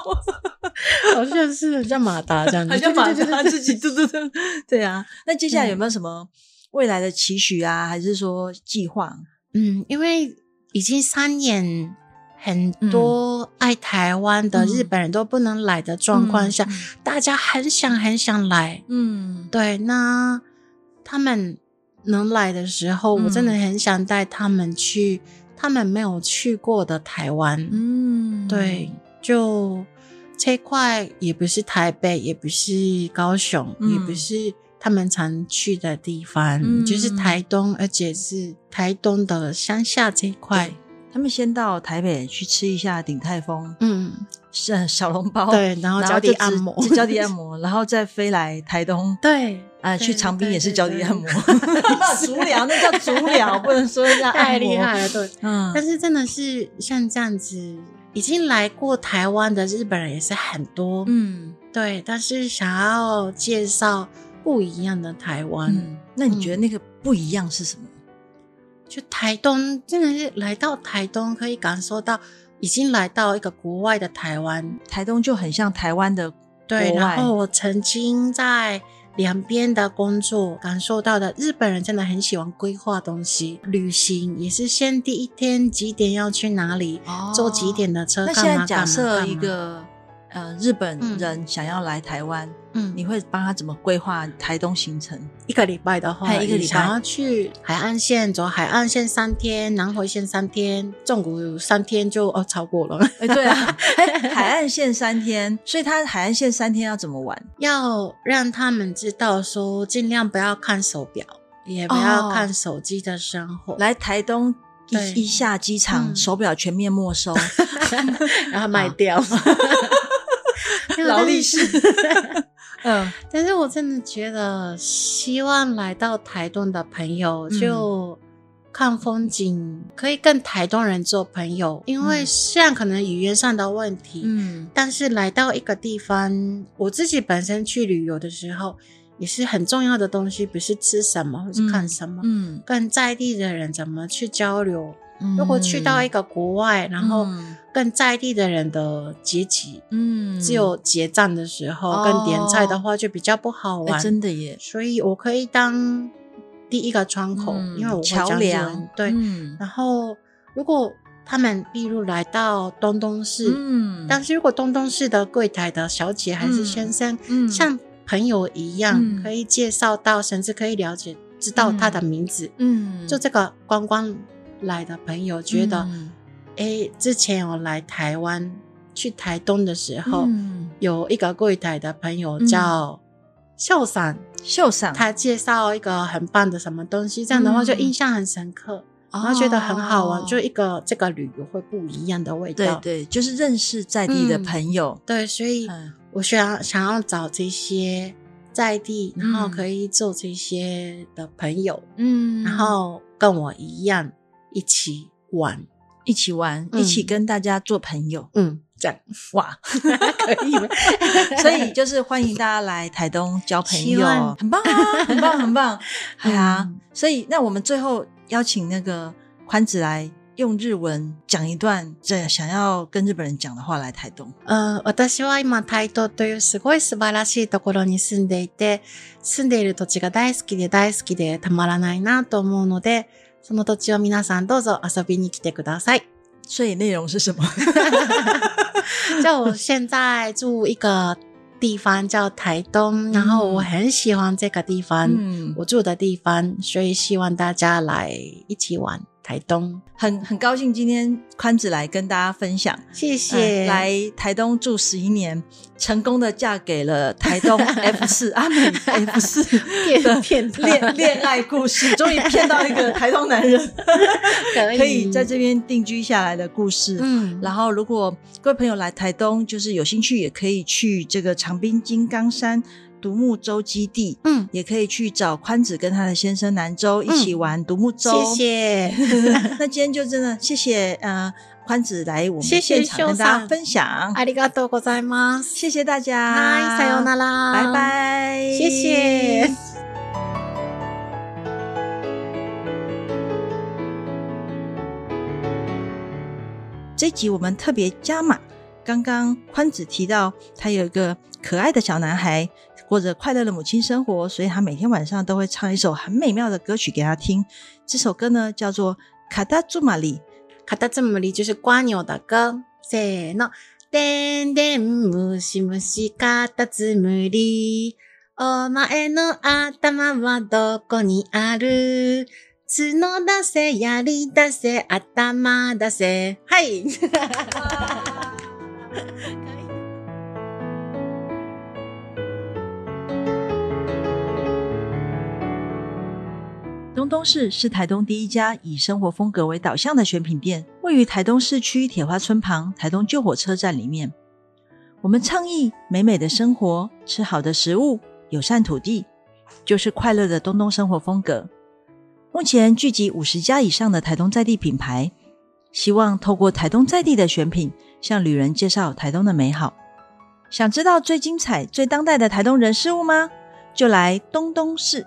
S2: 好像是很像马达 这样子，
S1: 好像把
S2: 对对对
S1: 他
S2: 对
S1: 自己，对对对， 对啊。那接下来有没有什么未来的期许啊，还是说计划？
S2: 嗯，因为已经三年。很多爱台湾的日
S1: 嗯
S2: 本人都不能来的状况下，大家很想很想来，
S1: 嗯，
S2: 对，那他们能来的时候，我真的
S1: 嗯
S2: 很想带他们去他们没有去过的台湾。
S1: 嗯，嗯，
S2: 对，就这块也不是台北，也不是高雄，也不
S1: 嗯
S2: 是他们常去的地方，就是
S1: 嗯
S2: 台东，而且是台东的乡下这一块
S1: 对。他们先到台北去吃一下鼎泰丰，
S2: 嗯，
S1: 是呃小笼包，
S2: 对，然后
S1: 哦然
S2: 脚
S1: 后
S2: 底
S1: 就
S2: 按
S1: 只
S2: 摩，
S1: 只脚底按摩，然后再飞来台东。
S2: 对，
S1: 啊，
S2: 对
S1: 去长滨
S2: 对
S1: 也是
S2: 对
S1: 脚底
S2: 对
S1: 按摩， 那足疗那叫足疗，不能说人家
S2: 太
S1: 按摩
S2: 厉害了，对。
S1: 嗯，
S2: 但是真的是像这样子，已经来过台湾的日本人也是很多，
S1: 嗯
S2: 对。但是想要介绍不一样的台湾，
S1: 嗯，那你觉得那个不一样是什么？
S2: 就台东真的是来到台东，可以感受到已经来到一个国外的台湾，
S1: 台东就很像台湾的
S2: 对。
S1: 国外
S2: 然后我曾经在。两边的工作感受到的，日本人真的很喜欢规划东西，旅行也是先第一天几点要去哪里，坐几点的车
S1: 哦那
S2: 干
S1: 现在
S2: 嘛干嘛。
S1: 假设
S2: 干
S1: 一
S2: 嘛
S1: 个呃日本
S2: 嗯
S1: 人想要来台湾，
S2: 嗯
S1: 你会帮他怎么规划台东行程？
S2: 一个礼拜的话，
S1: 嗨一个礼拜
S2: 你想要去海岸线，走海岸线三天，南回线三天，纵谷三天就哦超过了，
S1: 哎，对啊， 哎海岸线三天，所以他海岸线三天要怎么玩？
S2: 要让他们知道说，尽量不要看手表，也不要看手机的生活，
S1: 来台东
S2: 对
S1: 一一下机场，
S2: 嗯
S1: 手表全面没 收，
S2: 然后卖掉。 没有
S1: 啊劳力士。
S2: 但是
S1: 嗯
S2: 但是我真的觉得，希望来到台东的朋友
S1: 嗯
S2: 就看风景，可以跟台东人做朋友，因为
S1: 嗯
S2: 虽然可能语言上的问题，
S1: 嗯
S2: 但是来到一个地方，我自己本身去旅游的时候，也是很重要的东西，不是吃什么或是看什么，
S1: 嗯，
S2: 跟在地的人怎么去交流。如果去到一个国外，然后
S1: 嗯
S2: 跟在地的人的结集，
S1: 嗯哦
S2: 只有结账的时候、跟点菜的话就比较不好
S1: 哎
S2: 玩。
S1: 真的耶，
S2: 所以我可以当第一个窗口，
S1: 嗯
S2: 因为我会
S1: 桥
S2: 讲中
S1: 梁
S2: 文。对，
S1: 嗯
S2: 然后如果他们例如来到东东市，
S1: 嗯
S2: 但是如果东东市的柜台的小姐还是先生，
S1: 嗯
S2: 像朋友一样，
S1: 嗯
S2: 可以介绍到，甚至可以了解知道他的名字。
S1: 嗯
S2: 就这个观光来的朋友觉得，
S1: 嗯
S2: 诶，之前我来台湾去台东的时候，
S1: 嗯
S2: 有一个柜台的朋友
S1: 嗯
S2: 叫秀伞，
S1: 秀赏，
S2: 他介绍一个很棒的什么东西，这样的话
S1: 嗯哦
S2: 就印象很深刻，
S1: 然
S2: 然后觉得很好玩，就
S1: 一
S2: 一个这个旅游会不一样的味
S1: 哦对
S2: 道。
S1: 对，就是认识在地的
S2: 嗯
S1: 朋友，
S2: 对所以
S1: 嗯
S2: 我想想要找这些在地，然后
S1: 嗯
S2: 可以做这些的朋友，
S1: 嗯
S2: 然后跟我一样一起玩，
S1: 一起玩，
S2: 嗯
S1: 一起跟大家做朋友，
S2: 嗯，这样
S1: 哇！
S2: 可以 吗？
S1: 所以就是欢迎大家来台东交朋
S2: 希
S1: 友
S2: 望，
S1: 很棒啊，很棒，很 棒！哎呀
S2: 嗯，
S1: 所以那我们最后邀请那个宽子来用日文讲一段这想要跟日本人讲的话来台东。
S2: うん私は今、台東というすごい素晴らしいところに住んでいて、住んでいる土地が大好きで大好きでたまらないなと思うので、その土地を皆さんどうぞ遊びに来てください。
S1: 所以内容是什么？
S2: じゃあ、我现在住一个地方叫台东，然后我很喜欢这个地方，
S1: 嗯，
S2: 我住的地方，所以希望大家来一起玩台东。
S1: 很很高兴今天宽子来跟大家分享，
S2: 谢谢，
S1: 嗯来台东住十一年，成功的嫁给了台 东 F 四阿美 F 四
S2: 骗骗他
S1: 恋恋 爱故事，终于骗到一个台东男人，
S2: 可以
S1: 可以在这边定居下来的故事。
S2: 哎嗯，
S1: 然后，如果各位朋友来台东，就是有兴趣，也可以去这个长滨金刚山独木舟基地，
S2: 嗯，
S1: 也可以去找宽子跟他的先生南州一起玩独木舟。
S2: 谢谢。
S1: 那今天就真的谢谢呃宽子来我们
S2: 谢谢
S1: 现场跟大
S2: 秀
S1: 家
S2: 桑哎
S1: 分享，
S2: ありがとうござい ます。
S1: 谢谢大家，
S2: はい、さようなら。
S1: 拜。拜，
S2: 谢谢。
S1: 这集我们特别加码，刚刚宽子提到他有一个可爱的小男孩，过着快乐的母亲生活，所以他每天晚上都会唱一首很美妙的歌曲给他听。这首歌呢叫做《卡达朱玛丽》。
S2: カタツムリ就是瓜牛的歌。せーの。でんでんむしむしカタツムリ。お前の頭はどこにある角出せ、槍出せ、頭出せ。はい。
S1: 东东市是台东第一家以生活风格为导向的选品店，位于台东市区铁花村旁台东旧火车站里面。我们倡议美美的生活，吃好的食物，友善土地，就是快乐的东东生活风格。目前聚集五十家以上的台东在地品牌，希望透过台东在地的选品，向旅人介绍台东的美好。想知道最精彩、最当代的台东人事物吗？就来东东市。